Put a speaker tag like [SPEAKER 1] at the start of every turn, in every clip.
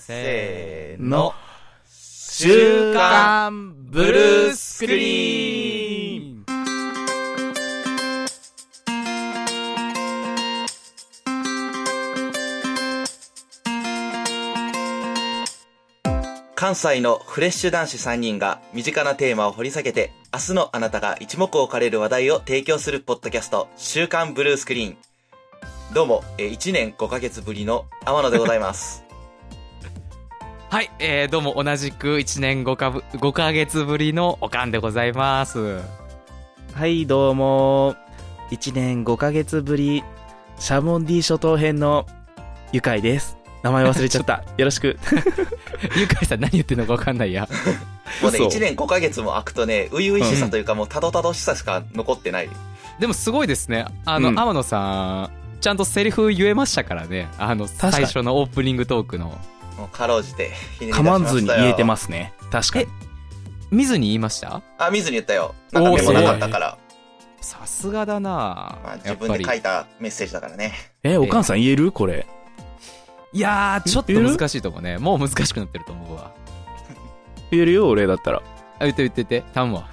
[SPEAKER 1] せーの
[SPEAKER 2] の。
[SPEAKER 1] 週刊ブルースクリーン
[SPEAKER 2] ン
[SPEAKER 1] 関西のフレッシュ男子3人が身近なテーマを掘り下げて、明日のあなたが一目置かれる話題を提供するポッドキャスト、週刊ブルースクリーン。どうも、1年5ヶ月ぶりの天野でござい ます。
[SPEAKER 2] はい、えー、どうも同じく1年5かぶ5ヶ月ぶりのおかんでござ います。
[SPEAKER 3] はい、どうも。1年5ヶ月ぶり、シャモンディ諸島編のゆかいです。名前忘れちゃ った。よろしく。
[SPEAKER 2] ゆかいさん何言ってんのかわかんないや。
[SPEAKER 1] もうね、
[SPEAKER 3] 嘘
[SPEAKER 1] 1年5ヶ月も空くとね、初々しさというかもうたどたどしさしか残ってない。
[SPEAKER 2] でもすごいですね。あの、
[SPEAKER 3] うん
[SPEAKER 2] 天野さん、ちゃんとセリフ言えましたからね。あの、
[SPEAKER 3] かに
[SPEAKER 2] 最初のオープニングトークの。
[SPEAKER 1] もうかろうじて、ひねり出し
[SPEAKER 3] 噛
[SPEAKER 1] ま
[SPEAKER 3] ま
[SPEAKER 1] したよ。
[SPEAKER 3] ずに言えてますね。確かに。
[SPEAKER 2] 見ずに言いました
[SPEAKER 1] あ、見ずに言ったよ。なんかメモなかったから。
[SPEAKER 2] さすがだな
[SPEAKER 1] まあ、
[SPEAKER 2] や
[SPEAKER 1] 自
[SPEAKER 2] っ
[SPEAKER 1] 分
[SPEAKER 2] ぱ
[SPEAKER 1] で
[SPEAKER 2] り
[SPEAKER 1] 書。いたメッセージだからね。
[SPEAKER 3] え、おかんさん言えるこれ。
[SPEAKER 2] いやー、ちょっと
[SPEAKER 3] 言える
[SPEAKER 2] 難しいと思うね。もう難しくなってると思うわ。
[SPEAKER 3] 言えるよ、俺だったら。
[SPEAKER 2] あ、言って言って言って。頼むわ。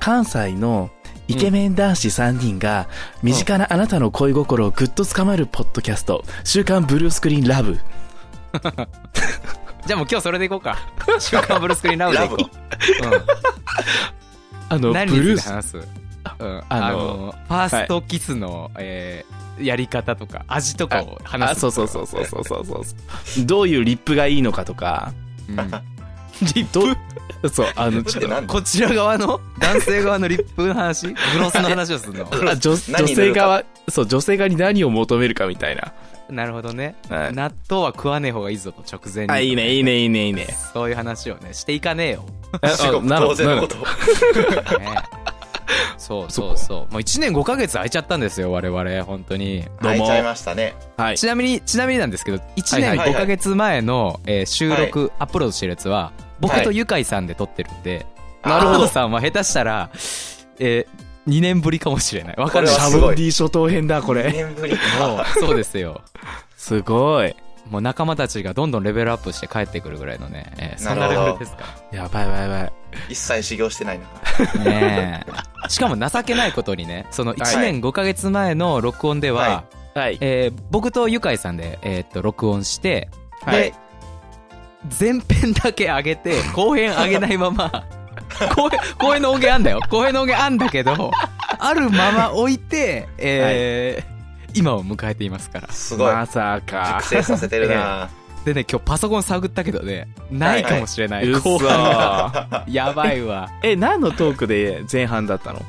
[SPEAKER 3] 関西のイケメン男子3人が、身近なあなたの恋心をぐっと捕まえるポッドキャスト、週刊ブルースクリーンラブ。
[SPEAKER 2] じゃあもう今日それでいこ うか。週刊ブルースクリーンラブでいこ
[SPEAKER 1] ラ
[SPEAKER 2] う。うん。
[SPEAKER 3] あの、ブ
[SPEAKER 2] 何につい
[SPEAKER 3] ルー
[SPEAKER 2] て
[SPEAKER 3] ス、
[SPEAKER 2] 話す、うん、あの
[SPEAKER 3] あの
[SPEAKER 2] ファーストキスの、えーやり方とか味とかを
[SPEAKER 3] あ、
[SPEAKER 2] 話す
[SPEAKER 3] そうそうそうそうそうそうそう。どういうリップがいいのかとか、
[SPEAKER 2] うん
[SPEAKER 3] リップそう、あの、
[SPEAKER 1] ちょっとなん
[SPEAKER 2] こちら側 の男性側のリップの話グロスの話をするの
[SPEAKER 3] あ女女
[SPEAKER 1] 何に塗
[SPEAKER 3] 性
[SPEAKER 1] るか
[SPEAKER 3] 側、そう、女性側に何を求めるかみたいな。
[SPEAKER 2] なるほどね
[SPEAKER 3] はい
[SPEAKER 2] 納豆は食わねえ方がいいぞと直前に
[SPEAKER 3] あ、いいね、いいね、いいね、いいね。
[SPEAKER 2] そういう話をねしていかねえ よ、
[SPEAKER 3] あ
[SPEAKER 1] 至極
[SPEAKER 3] なる
[SPEAKER 1] 当
[SPEAKER 3] ほど
[SPEAKER 1] 然の
[SPEAKER 3] なる
[SPEAKER 1] こ
[SPEAKER 3] ほ
[SPEAKER 1] と
[SPEAKER 3] ど
[SPEAKER 1] を。
[SPEAKER 2] ねそうそうそうもう1年5ヶ月空いちゃったんですよ我々本当に
[SPEAKER 3] どう
[SPEAKER 1] い
[SPEAKER 3] も
[SPEAKER 1] ちゃいましたね。
[SPEAKER 3] はい。
[SPEAKER 2] ちなみに、ちなみになんですけど、1
[SPEAKER 3] は
[SPEAKER 2] 年
[SPEAKER 3] い
[SPEAKER 1] はい
[SPEAKER 2] 5ヶ月前の、えー収録、アップロードしてるやつは、僕とゆかいさんで撮ってるんで、
[SPEAKER 3] なるほど
[SPEAKER 2] アドさんは下手したら、えー、2年ぶりかもしれない。わかる
[SPEAKER 1] これ
[SPEAKER 3] シ
[SPEAKER 1] は
[SPEAKER 3] ャ
[SPEAKER 1] す
[SPEAKER 3] ボ
[SPEAKER 1] ご
[SPEAKER 3] ン
[SPEAKER 1] い
[SPEAKER 3] ディ諸島編だ、こ
[SPEAKER 1] 2
[SPEAKER 3] れ。
[SPEAKER 1] 年ぶり
[SPEAKER 2] もう
[SPEAKER 1] か。
[SPEAKER 2] そうですよ。
[SPEAKER 3] すごい。
[SPEAKER 2] もう仲間たちがどんどんレベルアップして帰ってくるぐらいのね、えーそん
[SPEAKER 1] な
[SPEAKER 2] な
[SPEAKER 1] る
[SPEAKER 2] レ
[SPEAKER 1] ほど
[SPEAKER 2] ベルですか
[SPEAKER 3] やばいやばいやばい。
[SPEAKER 1] 一切修行してないな。
[SPEAKER 2] ら。ねえ。しかも情けないことにね、その1年5ヶ月前の録音では、
[SPEAKER 1] は
[SPEAKER 3] はい。
[SPEAKER 2] えー僕とゆかいさんで、えーっと、録音して、
[SPEAKER 3] はい
[SPEAKER 1] で、
[SPEAKER 2] 前編だけ上げて、後編上げないまま、 後編、後編の音源あんだよ。後編の音源あんだけど、あるまま置いて、えー今を迎えていますから。
[SPEAKER 1] すごい。
[SPEAKER 3] まさか
[SPEAKER 1] 覚。醒させてる な。
[SPEAKER 2] でね、今日パソコン探ったけどね、ないかもしれない。
[SPEAKER 3] う
[SPEAKER 2] 後
[SPEAKER 3] そ
[SPEAKER 2] 半が。 やばいわ。
[SPEAKER 3] え、何のトークで前半だったの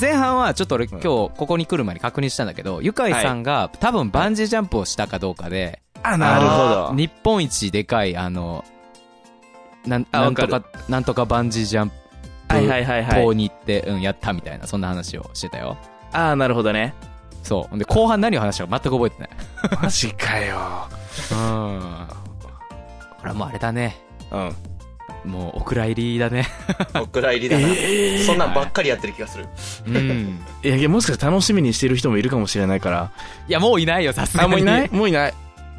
[SPEAKER 2] 前半はちょっと俺今日ここに来る前に確認したんだけど、ゆかいさんが多分バンジージャンプをしたかどうかで、
[SPEAKER 3] あ、
[SPEAKER 2] なるほ
[SPEAKER 1] ど
[SPEAKER 2] 日本一でかい、あの、なん
[SPEAKER 3] あ
[SPEAKER 2] なん
[SPEAKER 3] わか
[SPEAKER 2] と
[SPEAKER 3] る
[SPEAKER 2] か、なんとかバンジージャンプ。
[SPEAKER 3] はいはいはいは
[SPEAKER 2] こう
[SPEAKER 3] い。
[SPEAKER 2] に行って、うん、やったみたいな、そんな話をしてたよ。
[SPEAKER 3] あー、なるほどね。
[SPEAKER 2] そう。で、後半何を話したか全く覚えてない。
[SPEAKER 3] マジかよ。
[SPEAKER 2] うん。これはもうあれだね。
[SPEAKER 3] うん。
[SPEAKER 2] もう、お蔵入りだね。
[SPEAKER 1] お蔵入りだな。そんなんばっかりやってる気がする。
[SPEAKER 2] うん。
[SPEAKER 3] いやいや、もしかして楽しみにしてる人もいるかもしれないから。
[SPEAKER 2] いや、もういないよ、さすが
[SPEAKER 3] あ、
[SPEAKER 2] に。
[SPEAKER 3] もういないもういない。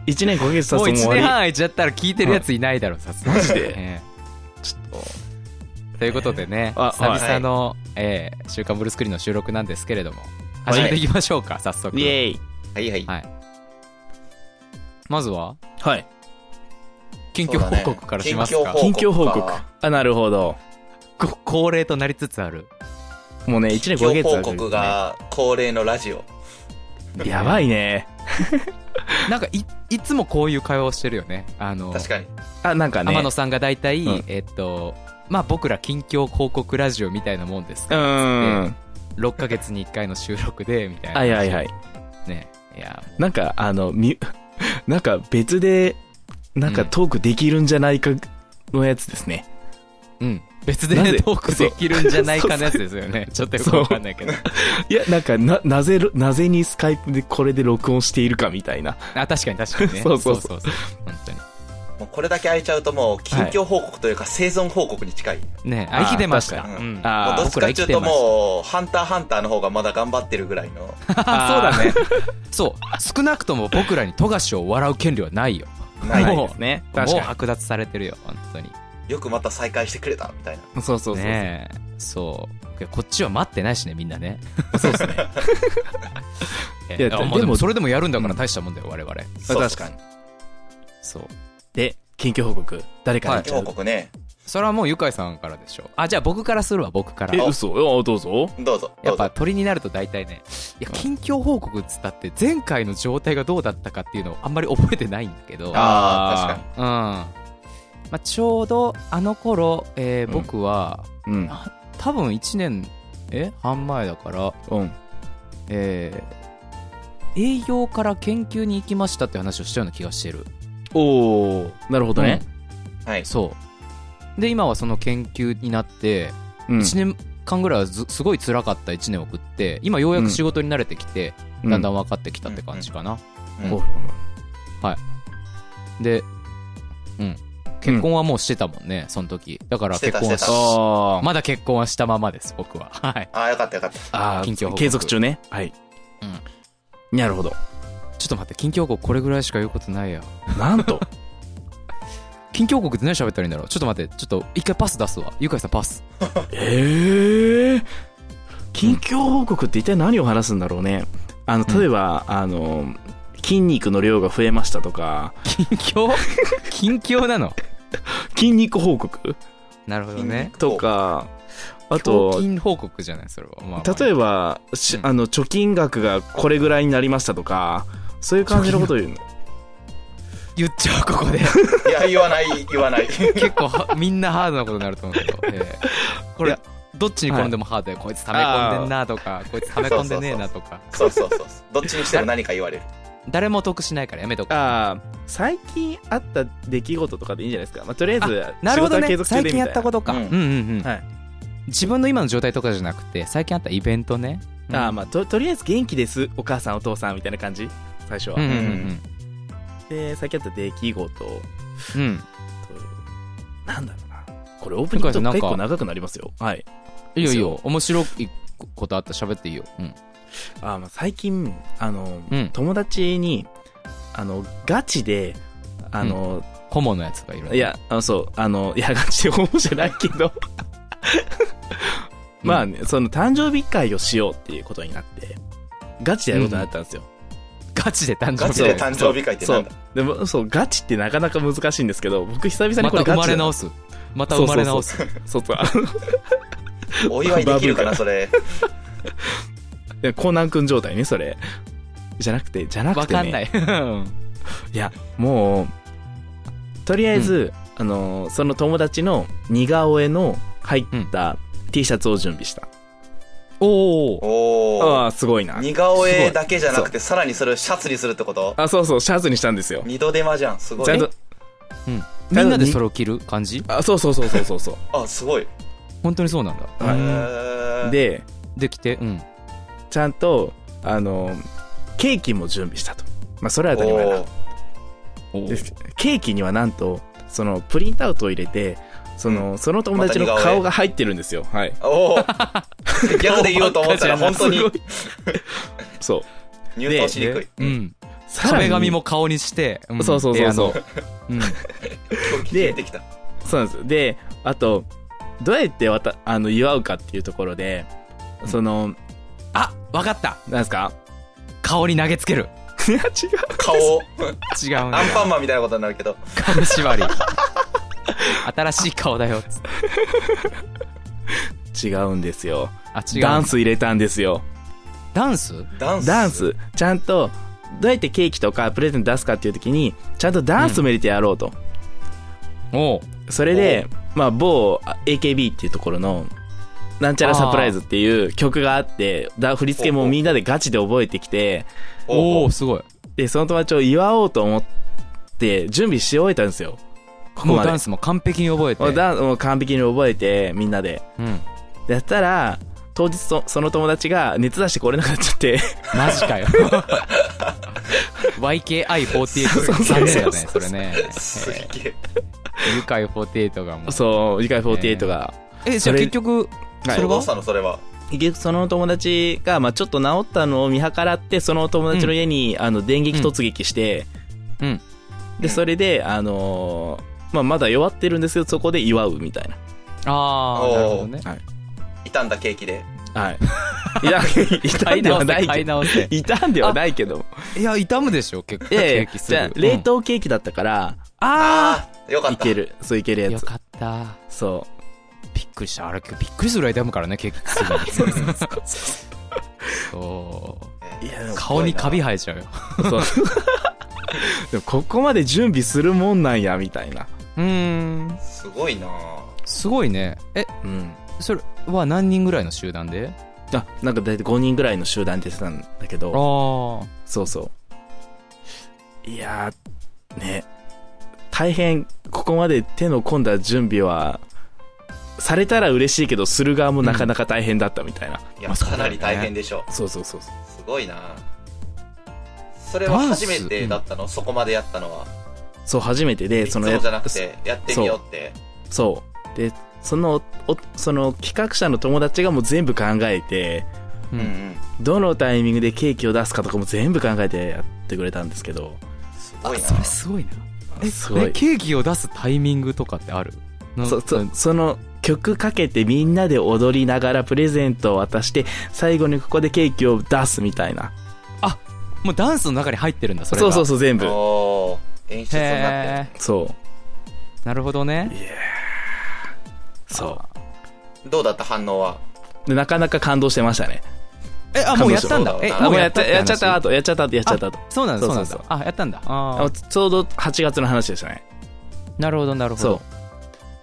[SPEAKER 3] 1年5ヶ月経つと
[SPEAKER 2] も
[SPEAKER 3] も
[SPEAKER 2] う1
[SPEAKER 3] う
[SPEAKER 2] 年
[SPEAKER 3] 終
[SPEAKER 2] 半
[SPEAKER 3] わ
[SPEAKER 2] 空いちゃったら聞いてるやついないだろう、さすがに。
[SPEAKER 3] マジで
[SPEAKER 2] え
[SPEAKER 3] り。ちょっ
[SPEAKER 2] えということでね、
[SPEAKER 3] あ
[SPEAKER 2] 久々の、ええ週刊ブルースクリーンの収録なんですけれども、
[SPEAKER 3] はい
[SPEAKER 2] 始めていきましょうか、早速
[SPEAKER 3] と。。イェイ。
[SPEAKER 1] はいはい。
[SPEAKER 2] まずは、
[SPEAKER 3] はい。
[SPEAKER 2] 近況報告からします
[SPEAKER 1] そう
[SPEAKER 2] か
[SPEAKER 1] だ。ね
[SPEAKER 3] 近況報告
[SPEAKER 1] か
[SPEAKER 3] あ、なるほど。
[SPEAKER 2] こ恒例となりつつある。
[SPEAKER 3] もうね、1
[SPEAKER 1] 近
[SPEAKER 3] 年5ヶ
[SPEAKER 1] 況
[SPEAKER 3] 月
[SPEAKER 1] 報
[SPEAKER 3] 経つ
[SPEAKER 1] 告が恒例のラジオ。
[SPEAKER 3] やばいね。
[SPEAKER 2] なんかい、いつもこういう会話をしてるよね。あの、
[SPEAKER 1] 確かに。
[SPEAKER 3] あ、なんかね。
[SPEAKER 2] 天野さんが大体、
[SPEAKER 3] うん
[SPEAKER 2] えっと、まあ僕ら近況報告ラジオみたいなもんです
[SPEAKER 3] う
[SPEAKER 2] から、
[SPEAKER 3] ーん。
[SPEAKER 2] 6ヶ月に1回の収録で、みたいな。
[SPEAKER 3] はいはいはい。
[SPEAKER 2] ね。いや、もう
[SPEAKER 3] なんか、あの、み、 なんか別で、なんかトークできるんじゃないかのやつですね。
[SPEAKER 2] うん。別で
[SPEAKER 3] な
[SPEAKER 2] ね
[SPEAKER 3] ぜ
[SPEAKER 2] トークできるんじゃないかのやつですよね。ちょっとよくわかんないけど。
[SPEAKER 3] いや、なんか、な、なぜ、なぜにスカイプでこれで録音しているかみたいな。
[SPEAKER 2] あ、確かに確かにね。
[SPEAKER 3] そうそうそう
[SPEAKER 2] そうそう本当に。
[SPEAKER 1] もうこれだけ空いちゃうともう近況報告というか生存報告に近い。も
[SPEAKER 2] ね
[SPEAKER 3] あー
[SPEAKER 2] あ、生きてました。
[SPEAKER 3] 確
[SPEAKER 1] かに
[SPEAKER 2] うん
[SPEAKER 3] あー
[SPEAKER 1] うどっちかっていうと
[SPEAKER 2] 僕ら生きてまし
[SPEAKER 1] もう、ハンターハンターの方がまだ頑張ってるぐらいの。
[SPEAKER 2] た
[SPEAKER 3] あー
[SPEAKER 2] そうだね。そう。少なくとも僕らに富樫を笑う権利はないよ。
[SPEAKER 1] ない
[SPEAKER 3] もう
[SPEAKER 1] です
[SPEAKER 3] ね。
[SPEAKER 2] もう
[SPEAKER 3] 確か
[SPEAKER 2] 剥奪されてるよ本当に
[SPEAKER 1] よくまた再開してくれたみたいな
[SPEAKER 3] に。そうそうそうそう。
[SPEAKER 2] ねえそういやこっちは待ってないしねみんなね
[SPEAKER 3] そう ですね。
[SPEAKER 2] え
[SPEAKER 3] いや
[SPEAKER 2] あまあ
[SPEAKER 3] でも
[SPEAKER 2] でもそれでもやるんだから大したもんだよ、我々
[SPEAKER 1] そうそう
[SPEAKER 3] 確かに。そう。で、近況報告。誰からいっちゃ
[SPEAKER 1] 報
[SPEAKER 3] う
[SPEAKER 1] 告ね
[SPEAKER 2] それはもうゆかいさんからでしょあじゃあ僕からするわ僕から
[SPEAKER 3] え、嘘あどうぞ。
[SPEAKER 1] どうぞど
[SPEAKER 2] やっ
[SPEAKER 1] うぞ
[SPEAKER 2] ぱ鳥になると大体ねいや近況報告っつったって前回の状態がどうだったかっていうのをあんまり覚えてないんだけど
[SPEAKER 1] あー確
[SPEAKER 2] うんまあ、ちょうどあの頃、えー
[SPEAKER 3] うん
[SPEAKER 2] 僕は、
[SPEAKER 3] かに。うん。
[SPEAKER 2] 多分1年え半前だから、
[SPEAKER 3] うん。
[SPEAKER 2] えー営業から研究に行きましたって話をしたような気がしてる
[SPEAKER 3] おー、なるほどね。
[SPEAKER 1] はい
[SPEAKER 2] そうで今はその研究になって
[SPEAKER 3] うん
[SPEAKER 2] 1年間ぐらいはずすごい辛かった1年を送って今ようやく仕事に慣れてきて、だんだん分かってきたって感じかな、
[SPEAKER 1] うん
[SPEAKER 3] お
[SPEAKER 2] で、うん。結婚はもうしてたもんね、その時。だから
[SPEAKER 1] して
[SPEAKER 2] 結
[SPEAKER 1] た
[SPEAKER 2] 婚はし
[SPEAKER 1] して
[SPEAKER 3] あー
[SPEAKER 2] まだ結婚はしたままです、僕は。 はい。
[SPEAKER 1] ああよかったよかった
[SPEAKER 3] あー
[SPEAKER 2] 近況報告
[SPEAKER 3] 継続中ね。はい。なるほど。
[SPEAKER 2] ちょっと待って、近況報告これぐらいしか言うことないや。
[SPEAKER 3] なんと。
[SPEAKER 2] 近況報告って何喋ったらいいんだろうちょっと待って、ちょっと一回パス出すわ。ゆかいさんパス。
[SPEAKER 3] ええー、近況報告って一体何を話すんだろうねあの例えば、あの筋肉の量が増えましたとか
[SPEAKER 2] 近況 近況なの
[SPEAKER 3] 筋肉報告
[SPEAKER 2] なるほどね。
[SPEAKER 3] とかあ
[SPEAKER 2] 近
[SPEAKER 3] と
[SPEAKER 2] 況報告じゃない、それは。まあまあ
[SPEAKER 3] 例えば、し
[SPEAKER 2] うん
[SPEAKER 3] あの貯金額がこれぐらいになりましたとかそういう感じのことを言うの
[SPEAKER 2] 言っちゃう、ここで。
[SPEAKER 1] いや言わない言わない
[SPEAKER 2] 結構は、みんなハードなことになると思うけど。ええこ
[SPEAKER 3] い
[SPEAKER 2] れ
[SPEAKER 3] や、
[SPEAKER 2] どっちに転んでもハードだよ。こいつ溜め込んでんなとか、こいつ溜め込んでねえなとか。
[SPEAKER 1] そうそうそうそうどっちにしても何か言われる
[SPEAKER 2] 誰も得しないからやめとこう。
[SPEAKER 3] あー最近あった出来事とかでいいんじゃないですか、まあ、とりあえず
[SPEAKER 2] な
[SPEAKER 3] 仕
[SPEAKER 2] るほど
[SPEAKER 3] 事は継
[SPEAKER 2] ね
[SPEAKER 3] 続中
[SPEAKER 2] 最
[SPEAKER 3] でみ
[SPEAKER 2] 近
[SPEAKER 3] たい
[SPEAKER 2] や
[SPEAKER 3] な
[SPEAKER 2] ったことか、
[SPEAKER 1] うん
[SPEAKER 2] んうん
[SPEAKER 3] はい
[SPEAKER 2] 自分の今の状態とかじゃなくて最近あったイベントね、うん
[SPEAKER 3] あーまあ、ととりあえず元気ですお母さんお父さんみたいな感じ最初は、
[SPEAKER 2] うんうん
[SPEAKER 3] で最近あった出来事
[SPEAKER 2] うんうん
[SPEAKER 3] なんだろうな。これオープニングと結構長くなりますよ。はい。
[SPEAKER 2] いいよいいよ面白いことあったら喋っていいようん
[SPEAKER 3] あまあ最近、あの、
[SPEAKER 2] うん
[SPEAKER 3] 友達に、あの、ガチで、あの、
[SPEAKER 2] ホモのやつがいる
[SPEAKER 3] いや、あのそう、あの、いや、ガチで思うじゃないけど、まあね、その誕生日会をしようっていうことになって、ガチでやることになったんですよ。
[SPEAKER 2] ガチで誕生
[SPEAKER 1] ガ
[SPEAKER 2] 日
[SPEAKER 1] チ
[SPEAKER 2] だ
[SPEAKER 1] で
[SPEAKER 2] よ
[SPEAKER 1] 誕生日会ってなんだ
[SPEAKER 3] でも、そう、ガチってなかなか難しいんですけど、僕久々に
[SPEAKER 2] ま
[SPEAKER 3] こ
[SPEAKER 2] た
[SPEAKER 3] れ
[SPEAKER 2] 生
[SPEAKER 3] ガチ
[SPEAKER 2] ま
[SPEAKER 3] だ
[SPEAKER 2] れ
[SPEAKER 3] な
[SPEAKER 2] 直すまた生まれ直す
[SPEAKER 3] そうそう。
[SPEAKER 1] お祝いできるかなそれ
[SPEAKER 3] いやコナン君状態ね、それ。じゃなくて、じゃなく
[SPEAKER 2] わ
[SPEAKER 3] て、ね。
[SPEAKER 2] かんないうん
[SPEAKER 3] いや、もう、とりあえず、あのー、その友達の似顔絵の入った T シャツを準備した。
[SPEAKER 2] おお
[SPEAKER 1] お
[SPEAKER 3] あ
[SPEAKER 1] お
[SPEAKER 3] あ、すごいな。
[SPEAKER 1] 似顔絵だけじゃなくてさらにそれをシャツにするってこと
[SPEAKER 3] あ、そうそう、シャツにしたんですよ。
[SPEAKER 1] 二度手間じゃんすご
[SPEAKER 3] ちゃん
[SPEAKER 1] い
[SPEAKER 3] と、
[SPEAKER 2] みんなでそれを着る感じ
[SPEAKER 3] あ、そうそうそうそうそ うそ
[SPEAKER 1] あすごい
[SPEAKER 2] 本当にそうなんだ
[SPEAKER 3] う。
[SPEAKER 1] へ
[SPEAKER 3] は
[SPEAKER 1] ー
[SPEAKER 3] い。で、
[SPEAKER 2] できてうん
[SPEAKER 3] ちゃんと、あのー、ケーキも準備したと。まあ、それは当たり前だ
[SPEAKER 1] お。
[SPEAKER 2] おー
[SPEAKER 3] ですケーキにはなんと、その、プリントアウトを入れて、その、その友達の
[SPEAKER 1] また似顔絵
[SPEAKER 3] 顔が入ってるんですよ。はい。
[SPEAKER 1] ーおー逆で言おうと思ったら本当に
[SPEAKER 3] すごいそう。
[SPEAKER 1] 入刀しにくい
[SPEAKER 2] うん
[SPEAKER 3] さら
[SPEAKER 2] 壁
[SPEAKER 3] に
[SPEAKER 2] 紙も顔にして、ん
[SPEAKER 3] そうそうそうそう。
[SPEAKER 2] えーあのうん
[SPEAKER 1] 今日聞いてきた
[SPEAKER 3] そうなんです。で、あと、どうやってわた、あの、祝うかっていうところで、その、
[SPEAKER 2] あわかった
[SPEAKER 3] なんですか
[SPEAKER 2] 顔に投げつける
[SPEAKER 3] いや、違う。
[SPEAKER 1] 顔
[SPEAKER 2] 違うんだ
[SPEAKER 1] アンパンマンみたいなことになるけど
[SPEAKER 2] 紙縛り新しい顔だよっつって
[SPEAKER 3] 違うんですよ。
[SPEAKER 2] あ違う
[SPEAKER 3] ダンス入れたんですよ。
[SPEAKER 2] ダンス
[SPEAKER 1] ダンス
[SPEAKER 3] ダンス、ちゃんと、どうやってケーキとかプレゼント出すかっていう時に、ちゃんとダンスも入れてやろうと。
[SPEAKER 2] おう
[SPEAKER 3] それで、まあ、某あ AKB っていうところの、なんちゃらサプライズっていう曲があって、だ振り付けもみんなでガチで覚えてきて、
[SPEAKER 2] おおすごい
[SPEAKER 3] で、その友達を祝おうと思って、準備し終えたんですよ。ここ
[SPEAKER 2] も
[SPEAKER 3] ま
[SPEAKER 2] う
[SPEAKER 3] で
[SPEAKER 2] ダン。スも完璧に覚えて
[SPEAKER 3] もうダンもう完璧に覚えて、みんなで。
[SPEAKER 2] うん
[SPEAKER 3] やったら、当日そその友達が熱出してこれなくなっち ゃって、
[SPEAKER 2] マジかよ YKI48 残念だねそれね
[SPEAKER 1] すげえ
[SPEAKER 2] 愉快48がもう
[SPEAKER 3] そう、理解48が。
[SPEAKER 2] えじゃあ
[SPEAKER 3] それ
[SPEAKER 2] 結局それ
[SPEAKER 1] どうし
[SPEAKER 2] は
[SPEAKER 1] たのそれは
[SPEAKER 3] 結局その友達が、まあちょっと治ったのを見計らって、その友達の家に、あの、電撃突撃して、
[SPEAKER 2] うん
[SPEAKER 1] うん
[SPEAKER 3] で、それで、あのーまあ、まだ弱ってるんですけど、そこで祝うみたい
[SPEAKER 2] ああ、なるほどね。
[SPEAKER 1] 傷んだケーキで。
[SPEAKER 3] な。はい。い や、傷
[SPEAKER 2] 買い
[SPEAKER 3] んで
[SPEAKER 2] 直
[SPEAKER 3] は
[SPEAKER 2] せ、
[SPEAKER 3] ない
[SPEAKER 2] 買
[SPEAKER 3] け
[SPEAKER 2] い
[SPEAKER 3] ど。
[SPEAKER 2] 直せ。
[SPEAKER 3] 傷んではないけど。
[SPEAKER 2] いや、傷むでしょ、結構。
[SPEAKER 3] いやいや、
[SPEAKER 2] ケーキす
[SPEAKER 3] じ
[SPEAKER 2] ぐ
[SPEAKER 3] ゃあ冷凍ケーキだったから、
[SPEAKER 2] あ
[SPEAKER 1] ああ、よかっ
[SPEAKER 3] い
[SPEAKER 1] た。
[SPEAKER 3] ける。そう、いける
[SPEAKER 2] あ
[SPEAKER 3] や
[SPEAKER 2] よ
[SPEAKER 3] つ。
[SPEAKER 2] かった。
[SPEAKER 3] そ
[SPEAKER 2] びっくりした。あれ、びっくりするぐらい痛むからね、結局すぐに。そう
[SPEAKER 3] う。いや、でも
[SPEAKER 2] 顔にカビ生えちゃうよ。
[SPEAKER 3] そう。でも、ここまで準備するもんなんや、みたいな。
[SPEAKER 2] うーん。
[SPEAKER 1] すごいな
[SPEAKER 2] すごいね。え、
[SPEAKER 3] うん。
[SPEAKER 2] それは何人ぐらいの集団で
[SPEAKER 3] あ、なんか大体5人ぐらいの集団でてたんだけ
[SPEAKER 2] あ
[SPEAKER 3] ど、
[SPEAKER 2] あ。
[SPEAKER 3] そうそう。いやー、ね、大変、ここまで手の込んだ準備は、されたら嬉しいけど、する側もなかなか大変だったみたいな。
[SPEAKER 1] いや、
[SPEAKER 2] まあそうだ
[SPEAKER 1] か
[SPEAKER 2] よね
[SPEAKER 1] なり大変でしょ
[SPEAKER 3] そうそうそうそう
[SPEAKER 1] う。すごいなそれは初めてだったの、そこまでやったのは。
[SPEAKER 3] そう、初めてで、
[SPEAKER 1] いつ
[SPEAKER 3] そ
[SPEAKER 1] も
[SPEAKER 3] の
[SPEAKER 1] じゃなくて、やってみようって。
[SPEAKER 3] そう。で、その、おその企画者の友達がもう全部考えて、
[SPEAKER 1] う
[SPEAKER 2] う。
[SPEAKER 1] んうんん。
[SPEAKER 3] どのタイミングでケーキを出すかとかも全部考えてやってくれたんですけど、
[SPEAKER 1] すごいな
[SPEAKER 2] それすごいな。え、
[SPEAKER 3] すごい
[SPEAKER 2] えケーキを出すタイミングとかってあるな
[SPEAKER 3] そそ
[SPEAKER 2] な
[SPEAKER 3] その曲かけてみんなで踊りながらプレゼントを渡して、最後にここでケーキを出すみたいな。
[SPEAKER 2] もうダンスの中に入ってるんだ、それが。
[SPEAKER 3] そうそうそう、全部。
[SPEAKER 1] おー演出になっ
[SPEAKER 2] へ
[SPEAKER 1] て
[SPEAKER 3] そ
[SPEAKER 2] ーなるほどね。
[SPEAKER 3] う。そ
[SPEAKER 1] る。どうだった反応 は。
[SPEAKER 3] う。で、なかなか感動してましたね。
[SPEAKER 2] え、あ、もうやったんだ。え、
[SPEAKER 1] 彼女
[SPEAKER 3] あ、もうやっ、
[SPEAKER 2] った
[SPEAKER 3] やっちゃった
[SPEAKER 2] 話。
[SPEAKER 3] 後、やっちゃった後、やっちゃった後。
[SPEAKER 2] そうなんだ、そうなん
[SPEAKER 3] そう
[SPEAKER 2] だ
[SPEAKER 3] そう。
[SPEAKER 2] あ、やったんだ。あ
[SPEAKER 3] あ
[SPEAKER 2] ー
[SPEAKER 3] ちょうど8月の話でしたね。
[SPEAKER 2] なるほど、なるほ
[SPEAKER 3] そ
[SPEAKER 2] ど
[SPEAKER 3] う。。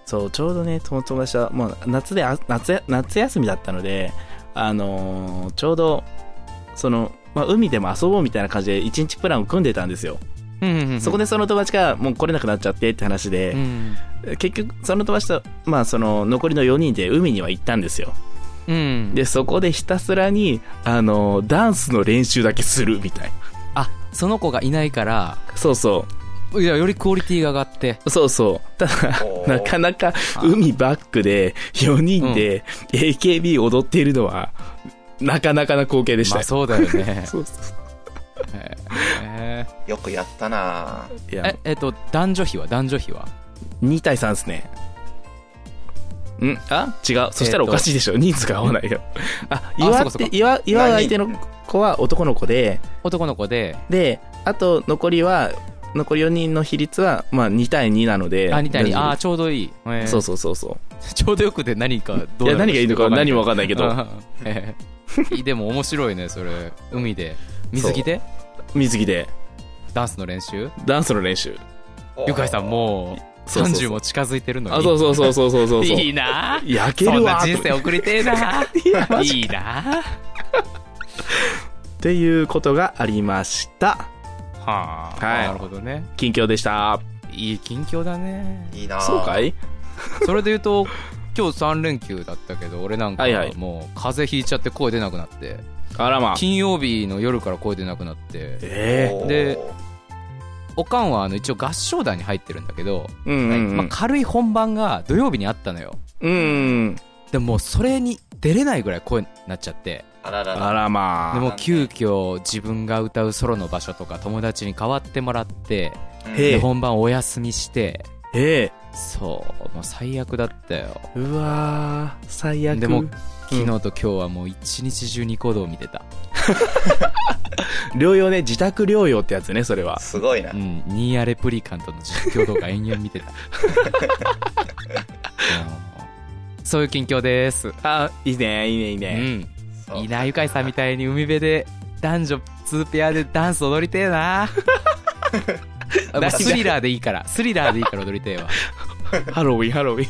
[SPEAKER 3] そう、ちょうどね、友達は、もう夏で、あ夏や、夏休みだったので、あのーちょうど、その、まあ、海でも遊ぼうみたいな感じで、一日プランを組んでたんですよ。
[SPEAKER 2] うんうんうん。
[SPEAKER 3] そこでその友達が、もう来れなくなっちゃってって話で、
[SPEAKER 2] うん。
[SPEAKER 3] 結局、その友達と、まあ、その、残りの4人で海には行ったんですよ。
[SPEAKER 2] うん。
[SPEAKER 3] で、そこでひたすらに、あのーダンスの練習だけするみたい
[SPEAKER 2] あ、その子がいないから、
[SPEAKER 3] な。そうそ
[SPEAKER 2] いや、よりクオリティが上がって。
[SPEAKER 3] う、そうそう。ただ、
[SPEAKER 1] おー
[SPEAKER 3] なかなか海バックで4人で AKB 踊っているのは、なかなかな光景でした
[SPEAKER 2] まあ
[SPEAKER 3] よ。
[SPEAKER 2] そうだよね
[SPEAKER 3] 。そうそ
[SPEAKER 2] へー
[SPEAKER 1] よくやったな
[SPEAKER 3] ういや
[SPEAKER 2] え、えっと、男女比は男女比は
[SPEAKER 3] 2対3ですね。んあ違う。そしたらおかしいでしょ。人数が合わないよ。あ、岩
[SPEAKER 2] そうか
[SPEAKER 3] っ
[SPEAKER 2] そうか
[SPEAKER 3] て、岩、岩が相手の子は男の子で、
[SPEAKER 2] 男の子で、
[SPEAKER 3] で、あと残りは、残り4人の比率は、まあ2対2なので。
[SPEAKER 2] あ、似たり、あ
[SPEAKER 3] 大
[SPEAKER 2] ー
[SPEAKER 3] 丈
[SPEAKER 2] ちょうどいい。
[SPEAKER 3] 夫
[SPEAKER 2] えー
[SPEAKER 3] そうそうそうそ
[SPEAKER 2] ちょうどよくて何か
[SPEAKER 3] う。
[SPEAKER 2] ど
[SPEAKER 3] いうや、何がいいのか何もわ
[SPEAKER 2] か
[SPEAKER 3] かんないけど、
[SPEAKER 2] えーでも面白いね、それ。海で。水着で
[SPEAKER 3] 水着で、
[SPEAKER 2] ダンスの練習
[SPEAKER 3] ダンスの練習。
[SPEAKER 1] ぁ
[SPEAKER 2] ゆかいさんもう、
[SPEAKER 3] そうそうそ
[SPEAKER 2] 30
[SPEAKER 3] う
[SPEAKER 2] も近づいてるのに。
[SPEAKER 3] あ、そうそうそうそうそうそ う。
[SPEAKER 2] いいなぁ
[SPEAKER 3] 焼け
[SPEAKER 2] そ
[SPEAKER 3] る
[SPEAKER 2] ん
[SPEAKER 3] わ
[SPEAKER 2] な
[SPEAKER 3] ー
[SPEAKER 2] 人生
[SPEAKER 3] っ
[SPEAKER 2] 送りてえなぁいいなぁ
[SPEAKER 3] ていうことがありました
[SPEAKER 2] はあ、
[SPEAKER 3] はい
[SPEAKER 2] なるほどね。
[SPEAKER 3] 近況でした
[SPEAKER 2] いい近況だね。
[SPEAKER 1] いいなぁ
[SPEAKER 3] そうかい
[SPEAKER 2] それで言うと、今日3連休だったけど、俺なんか
[SPEAKER 3] はいはい
[SPEAKER 2] もう風邪ひいちゃって声出なくなって、
[SPEAKER 3] あらま
[SPEAKER 2] 金曜日の夜から声出なくなって、
[SPEAKER 3] え
[SPEAKER 1] おー
[SPEAKER 2] でおかんはあの一応合唱団に入ってるんだけど、
[SPEAKER 3] えうんうんう
[SPEAKER 2] まあ
[SPEAKER 3] ん、
[SPEAKER 2] 軽い本番が土曜日にあったのよ。
[SPEAKER 3] うん
[SPEAKER 2] でももうそれに出れないぐらい声になっちゃって、
[SPEAKER 1] あらら
[SPEAKER 3] あ
[SPEAKER 1] ら。
[SPEAKER 3] らま
[SPEAKER 2] でもう急遽自分が歌うソロの場所とか友達に代わってもらって、
[SPEAKER 1] うん
[SPEAKER 3] へえ
[SPEAKER 2] で本番お休みして、
[SPEAKER 3] え
[SPEAKER 2] そう、もう最悪だったよ。
[SPEAKER 3] えうわー最悪
[SPEAKER 2] でも昨日と今日はもう一日中ニコ動見てた。
[SPEAKER 3] 療養ね自宅療養ってやつねそれは
[SPEAKER 1] すごいな
[SPEAKER 2] う。ん、ニーヤレプリカントの実況動画延々見てた。 うんそういう近況です。
[SPEAKER 3] あいいねいいねいいうね、
[SPEAKER 2] ん。
[SPEAKER 1] そう
[SPEAKER 2] いいな、ゆかいさんみたいに海辺で男女2ペアでダンス踊りてえ な。あもうスリラーでいいから、スリラーでいいから踊りてえわ。
[SPEAKER 3] ハロウィンハロウィ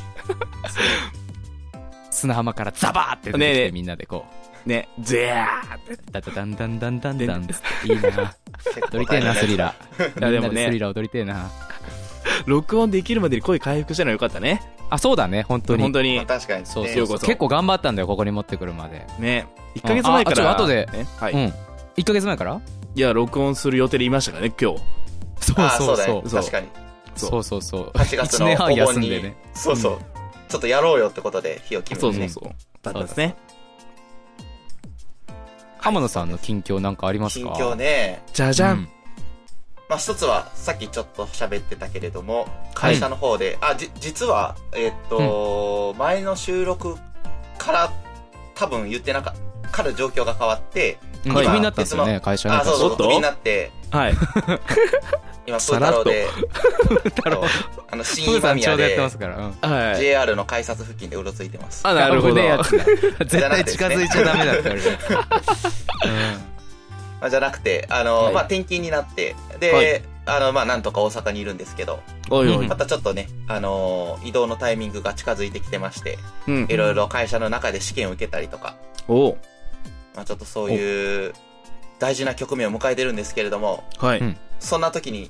[SPEAKER 2] 砂浜からザバーって出てき
[SPEAKER 3] ねえね
[SPEAKER 2] て
[SPEAKER 3] え
[SPEAKER 2] みんなでこう、
[SPEAKER 3] ンねぜーって
[SPEAKER 2] ダダダンダンダンダンダンっつっていいな。
[SPEAKER 1] 結構
[SPEAKER 2] 踊りてえな、
[SPEAKER 1] 大変だ
[SPEAKER 2] スリラ
[SPEAKER 3] いや
[SPEAKER 2] ー。
[SPEAKER 3] で
[SPEAKER 2] みん
[SPEAKER 3] も
[SPEAKER 2] な
[SPEAKER 3] ね
[SPEAKER 2] でスリラー踊りてえな。
[SPEAKER 3] 録音できるまでに声回復したのはよかったね
[SPEAKER 2] あ、そうだね、本当に。
[SPEAKER 3] 本当に
[SPEAKER 1] まあ確かに。
[SPEAKER 2] そう
[SPEAKER 1] ね
[SPEAKER 2] そう
[SPEAKER 3] ようこそ
[SPEAKER 2] 結構頑張ったんだよ、ここに持ってくるまで。
[SPEAKER 3] ね1ヶ月前か
[SPEAKER 2] あ
[SPEAKER 3] ら
[SPEAKER 2] あちょ後で
[SPEAKER 3] ねはい、
[SPEAKER 2] う
[SPEAKER 3] い
[SPEAKER 2] ん。1ヶ月前から
[SPEAKER 3] や録音する予定でいましたからね今日
[SPEAKER 2] そう
[SPEAKER 1] ああ、
[SPEAKER 2] そ
[SPEAKER 1] そううだね確
[SPEAKER 2] そう。。
[SPEAKER 1] かに。
[SPEAKER 2] そうそうそう。
[SPEAKER 1] 8月
[SPEAKER 2] 1
[SPEAKER 1] の
[SPEAKER 2] 年半
[SPEAKER 1] お
[SPEAKER 2] 休
[SPEAKER 1] 盆
[SPEAKER 2] んで
[SPEAKER 1] に
[SPEAKER 2] ね。。
[SPEAKER 1] そうそう。ちょっとやろうよってことで、火を決
[SPEAKER 3] そ
[SPEAKER 1] め
[SPEAKER 3] う
[SPEAKER 1] て
[SPEAKER 3] そう
[SPEAKER 1] ね。
[SPEAKER 3] そうだったんですね
[SPEAKER 2] 浜野さんの近況なんかあります
[SPEAKER 1] 近
[SPEAKER 2] か
[SPEAKER 1] 況ね。
[SPEAKER 3] じゃじゃ
[SPEAKER 2] う
[SPEAKER 3] ん、
[SPEAKER 2] ん
[SPEAKER 1] まあ、一つはさっきちょっと喋ってたけれども会社の方で、あじ実は、えっと前の収録から多分言ってなかから状況が変わって
[SPEAKER 2] うん
[SPEAKER 1] はい
[SPEAKER 2] クビになったんですよね、会社の
[SPEAKER 1] あ
[SPEAKER 2] 方
[SPEAKER 1] そう
[SPEAKER 3] お
[SPEAKER 1] そ
[SPEAKER 3] っ
[SPEAKER 1] う
[SPEAKER 3] と
[SPEAKER 1] クビになって
[SPEAKER 3] はい。
[SPEAKER 1] 今プー
[SPEAKER 3] さら
[SPEAKER 1] 太
[SPEAKER 3] っと
[SPEAKER 1] 郎で
[SPEAKER 2] 太郎
[SPEAKER 1] えっとあの
[SPEAKER 2] プ
[SPEAKER 1] 新
[SPEAKER 2] ーさ
[SPEAKER 1] 今
[SPEAKER 2] んち
[SPEAKER 1] 宮
[SPEAKER 2] ょうどやっ
[SPEAKER 1] で
[SPEAKER 2] てますから。うん
[SPEAKER 3] はい。
[SPEAKER 1] JR の改札付近でうろついてます
[SPEAKER 3] あ、なるほど
[SPEAKER 2] 危ね。えやつ だ絶対近づいちゃダメだって言わ れる。
[SPEAKER 1] まあ、じゃなくて、あの、
[SPEAKER 3] はい
[SPEAKER 1] まあ、転勤になって、で、
[SPEAKER 3] はい
[SPEAKER 1] あの、まあ、なんとか大阪にいるんですけど、
[SPEAKER 3] おいおい
[SPEAKER 1] ま。たちょっとね、あのー移動のタイミングが近づいてきてまして、
[SPEAKER 3] うん
[SPEAKER 1] い。ろいろ会社の中で試験を受けたりとか、
[SPEAKER 3] おう
[SPEAKER 1] まあ、ちょっとそういう大事な局面を迎えてるんですけれども、
[SPEAKER 3] はい。
[SPEAKER 2] うん
[SPEAKER 1] そんな時に、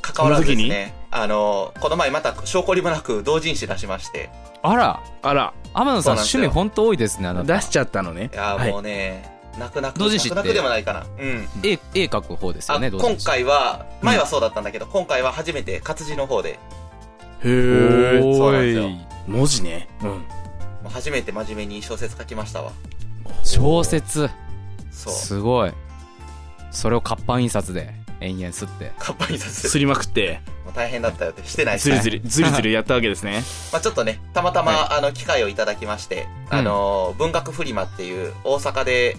[SPEAKER 1] 関わらずですね、あのーこの前また証拠りもなく同人誌出しまして、
[SPEAKER 2] あら、
[SPEAKER 3] あら、
[SPEAKER 2] 天野さん
[SPEAKER 1] そうなんです
[SPEAKER 2] 趣
[SPEAKER 1] よ
[SPEAKER 2] 味本当多いですね、あなた
[SPEAKER 3] 出。しちゃったのね
[SPEAKER 1] い。やー
[SPEAKER 3] はい
[SPEAKER 1] もうね、泣く泣く、
[SPEAKER 2] 同人誌って
[SPEAKER 1] 泣く泣くでもないかな。うん。
[SPEAKER 2] 絵、絵描く方ですよ
[SPEAKER 1] あ、
[SPEAKER 2] ね、どう
[SPEAKER 1] 今回は、前はそうだったんだけど、今回は初めて活字の方で、
[SPEAKER 3] へー
[SPEAKER 1] そうなんですよ
[SPEAKER 3] 文字ね。うん。
[SPEAKER 1] もう初めて真面目に小説書きましたわ。
[SPEAKER 2] 小説。
[SPEAKER 1] そう。
[SPEAKER 2] すごい。それを活版印刷で延々吸って。
[SPEAKER 1] カッパ印刷
[SPEAKER 3] すりまくって、
[SPEAKER 1] もう大変だったよってしてないです
[SPEAKER 3] ずり
[SPEAKER 1] ね
[SPEAKER 3] ずり、ずりずりやったわけですね。
[SPEAKER 1] まあちょっとね、たまたま、
[SPEAKER 3] は
[SPEAKER 1] あの、機会をいただきまして、
[SPEAKER 2] うん
[SPEAKER 1] あのー、文学フリマっていう大阪で、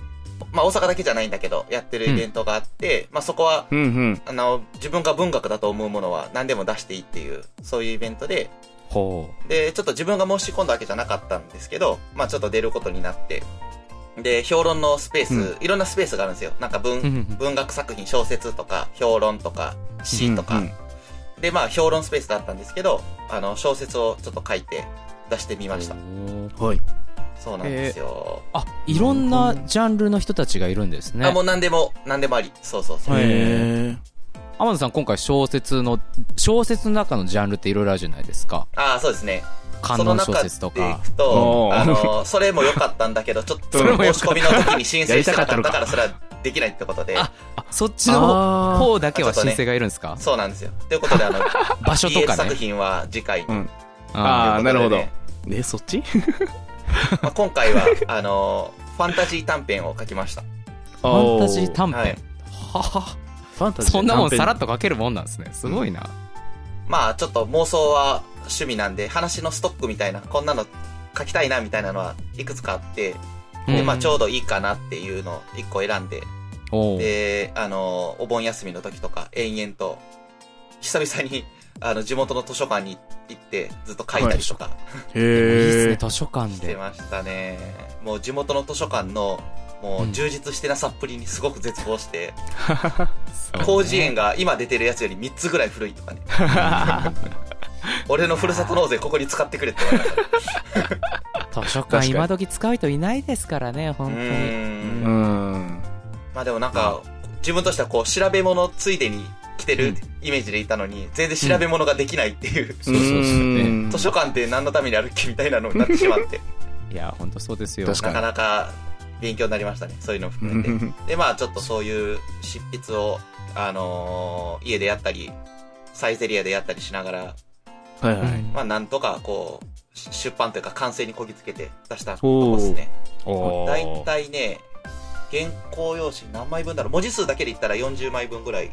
[SPEAKER 1] まあ大阪だけじゃないんだけど、やってるイベントがあって、まあそこは、
[SPEAKER 3] うんうん。
[SPEAKER 1] あの、自分が文学だと思うものは何でも出していいっていう、そういうイベントで、
[SPEAKER 2] ほう。
[SPEAKER 1] で、ちょっと自分が申し込んだわけじゃなかったんですけど、まあちょっと出ることになって、で、評論のスペース、
[SPEAKER 3] う
[SPEAKER 1] いろんなスペースがあるんですよ。なんか文、
[SPEAKER 2] うんうん
[SPEAKER 1] 文学作品、小説とか、評論とか、詩とか、
[SPEAKER 3] うんうん
[SPEAKER 1] で、まあ、評論スペースだったんですけど、あの、小説をちょっと書いて出してみました。
[SPEAKER 3] はい。
[SPEAKER 1] そうなんですよ。
[SPEAKER 2] あ、いろんなジャンルの人たちがいるんですね
[SPEAKER 1] あ、。もう何でも、何でもあり。そうそうそう。
[SPEAKER 2] はい
[SPEAKER 3] へ
[SPEAKER 2] 天野さん、今回小説の、小説の中のジャンルっていろいろあるじゃないですか。
[SPEAKER 1] ああ、そうですね。
[SPEAKER 2] 観音小説と
[SPEAKER 1] その
[SPEAKER 2] か
[SPEAKER 1] 中で。いくと
[SPEAKER 3] お、ー
[SPEAKER 1] あの、それも良かったんだけど、ちょっと
[SPEAKER 2] それも良
[SPEAKER 1] 申
[SPEAKER 2] かっ
[SPEAKER 1] した込みの時に申請してなかった
[SPEAKER 3] やりた
[SPEAKER 1] か
[SPEAKER 3] かっ
[SPEAKER 1] ら、それはできないってことで、
[SPEAKER 2] あ、そっちの方
[SPEAKER 3] あー
[SPEAKER 2] 方だけは申請がいるんですか
[SPEAKER 1] そうなんですよ。ということ で、あの、
[SPEAKER 2] 場所と
[SPEAKER 1] BS
[SPEAKER 2] か
[SPEAKER 1] 作
[SPEAKER 2] ね。
[SPEAKER 1] 品は次回に。
[SPEAKER 3] うん
[SPEAKER 2] あ
[SPEAKER 3] あーなるほど
[SPEAKER 1] ということ
[SPEAKER 3] ーえ、そっち
[SPEAKER 1] でねまあ、今回は、あの、ファンタジー短編を書きました。
[SPEAKER 2] ーファンタジー
[SPEAKER 3] フ
[SPEAKER 2] 短
[SPEAKER 1] はい
[SPEAKER 2] 編。はは
[SPEAKER 3] ァンタジー
[SPEAKER 2] そんなもんさらっ
[SPEAKER 3] と。
[SPEAKER 2] と書けるもんなんですね。すごいな。
[SPEAKER 1] まあちょっと妄想は趣味なんで、話のストックみたいな、こんなの書きたいなみたいなのはいくつかあって、で、
[SPEAKER 2] うん
[SPEAKER 1] まあちょうどいいかなっていうのを一個選んで、
[SPEAKER 2] おー
[SPEAKER 1] で、あの、お盆休みの時とか延々と、久々に、あの、地元の図書館に行って、ずっと書いたりとか
[SPEAKER 2] いいです
[SPEAKER 3] へ
[SPEAKER 2] ね、
[SPEAKER 3] ー
[SPEAKER 2] 図書館
[SPEAKER 1] して
[SPEAKER 2] で。
[SPEAKER 1] ましたね。もう地元の図書館の、もう充実してなさっぷりにすごく絶望して、広辞苑が今出てるやつより3つぐらい古いと かね。俺のふるさと納税ここに使ってくれって思いました。
[SPEAKER 2] 図書
[SPEAKER 3] 確か
[SPEAKER 2] 館
[SPEAKER 3] に
[SPEAKER 2] 今時使う人いないですからね、
[SPEAKER 1] う
[SPEAKER 2] 本当に。
[SPEAKER 1] ん
[SPEAKER 3] う。ん。
[SPEAKER 1] まあでもなんか、自分としてはこう、調べ物ついでに来てるイメージでいたのに、全然調べ物ができないっていう、
[SPEAKER 2] そうそうそうね
[SPEAKER 1] 図書館って何のためにあるっけみたいなのになってしまって、
[SPEAKER 2] いや、本当そうですよ。
[SPEAKER 3] 確
[SPEAKER 1] な
[SPEAKER 3] か
[SPEAKER 1] かなか勉強になりましたね。そういうのを含めて。で、まあちょっとそういう執筆を、あのー家でやったり、サイゼリアでやったりしながら、
[SPEAKER 3] はいはい。
[SPEAKER 1] まあなんとかこう、し出版というか完成にこぎつけて出したとこですね。
[SPEAKER 2] お
[SPEAKER 1] だい
[SPEAKER 2] ー
[SPEAKER 1] たいね、原稿用紙何枚分だろう文字数だけで言ったら40枚分ぐらい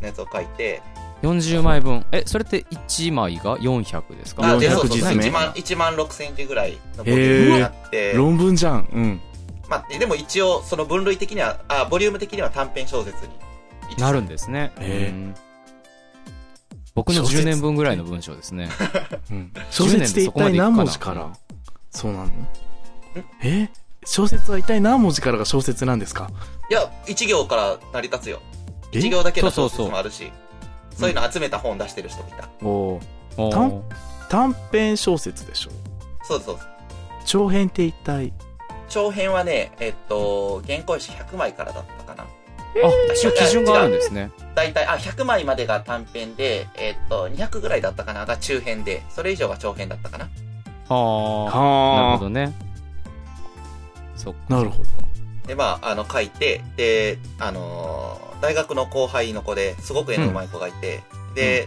[SPEAKER 1] のやつを書いて、
[SPEAKER 2] 40枚分。え、それって1枚が400ですか
[SPEAKER 1] あ、で、そうそ
[SPEAKER 3] 400
[SPEAKER 1] うそう、
[SPEAKER 3] 字詰め
[SPEAKER 1] 1万、1万6千字ぐらいのボリュームになって、
[SPEAKER 3] 論文じゃん。うん。
[SPEAKER 1] まあ、でも一応、その分類的には、あ、ボリューム的には短編小説に。
[SPEAKER 2] なるんですね。
[SPEAKER 3] へー
[SPEAKER 2] うん僕の
[SPEAKER 3] 小説
[SPEAKER 2] 10年分ぐらいの文章ですね。
[SPEAKER 3] うん小説って一体何文字からそうなのえ小説は一体何文字からが小説なんですか
[SPEAKER 1] いや、一行から成り立つよ。
[SPEAKER 3] え
[SPEAKER 1] 一行だけの
[SPEAKER 2] そ
[SPEAKER 1] 小
[SPEAKER 2] うそ
[SPEAKER 1] 説
[SPEAKER 2] うそう
[SPEAKER 1] もあるし、そういうの集めた本出してる人もいた。
[SPEAKER 3] おー
[SPEAKER 2] おー
[SPEAKER 3] 短編小説でしょ
[SPEAKER 1] そうそう。
[SPEAKER 3] 長編って一体
[SPEAKER 1] 長編はね、えっと、原稿用紙100枚からだったかな。
[SPEAKER 2] あ、一応基準があるんですね。
[SPEAKER 1] 大体、あ、100枚までが短編で、えっと、200ぐらいだったかなが中編で、それ以上が長編だったかな。
[SPEAKER 2] はあ。なるほ
[SPEAKER 3] は
[SPEAKER 2] どね。そっか。
[SPEAKER 3] なるほど
[SPEAKER 1] で、まあ、あの、書いて、で、あのー大学の後輩の子で、すごく絵の上手い子がいて、で、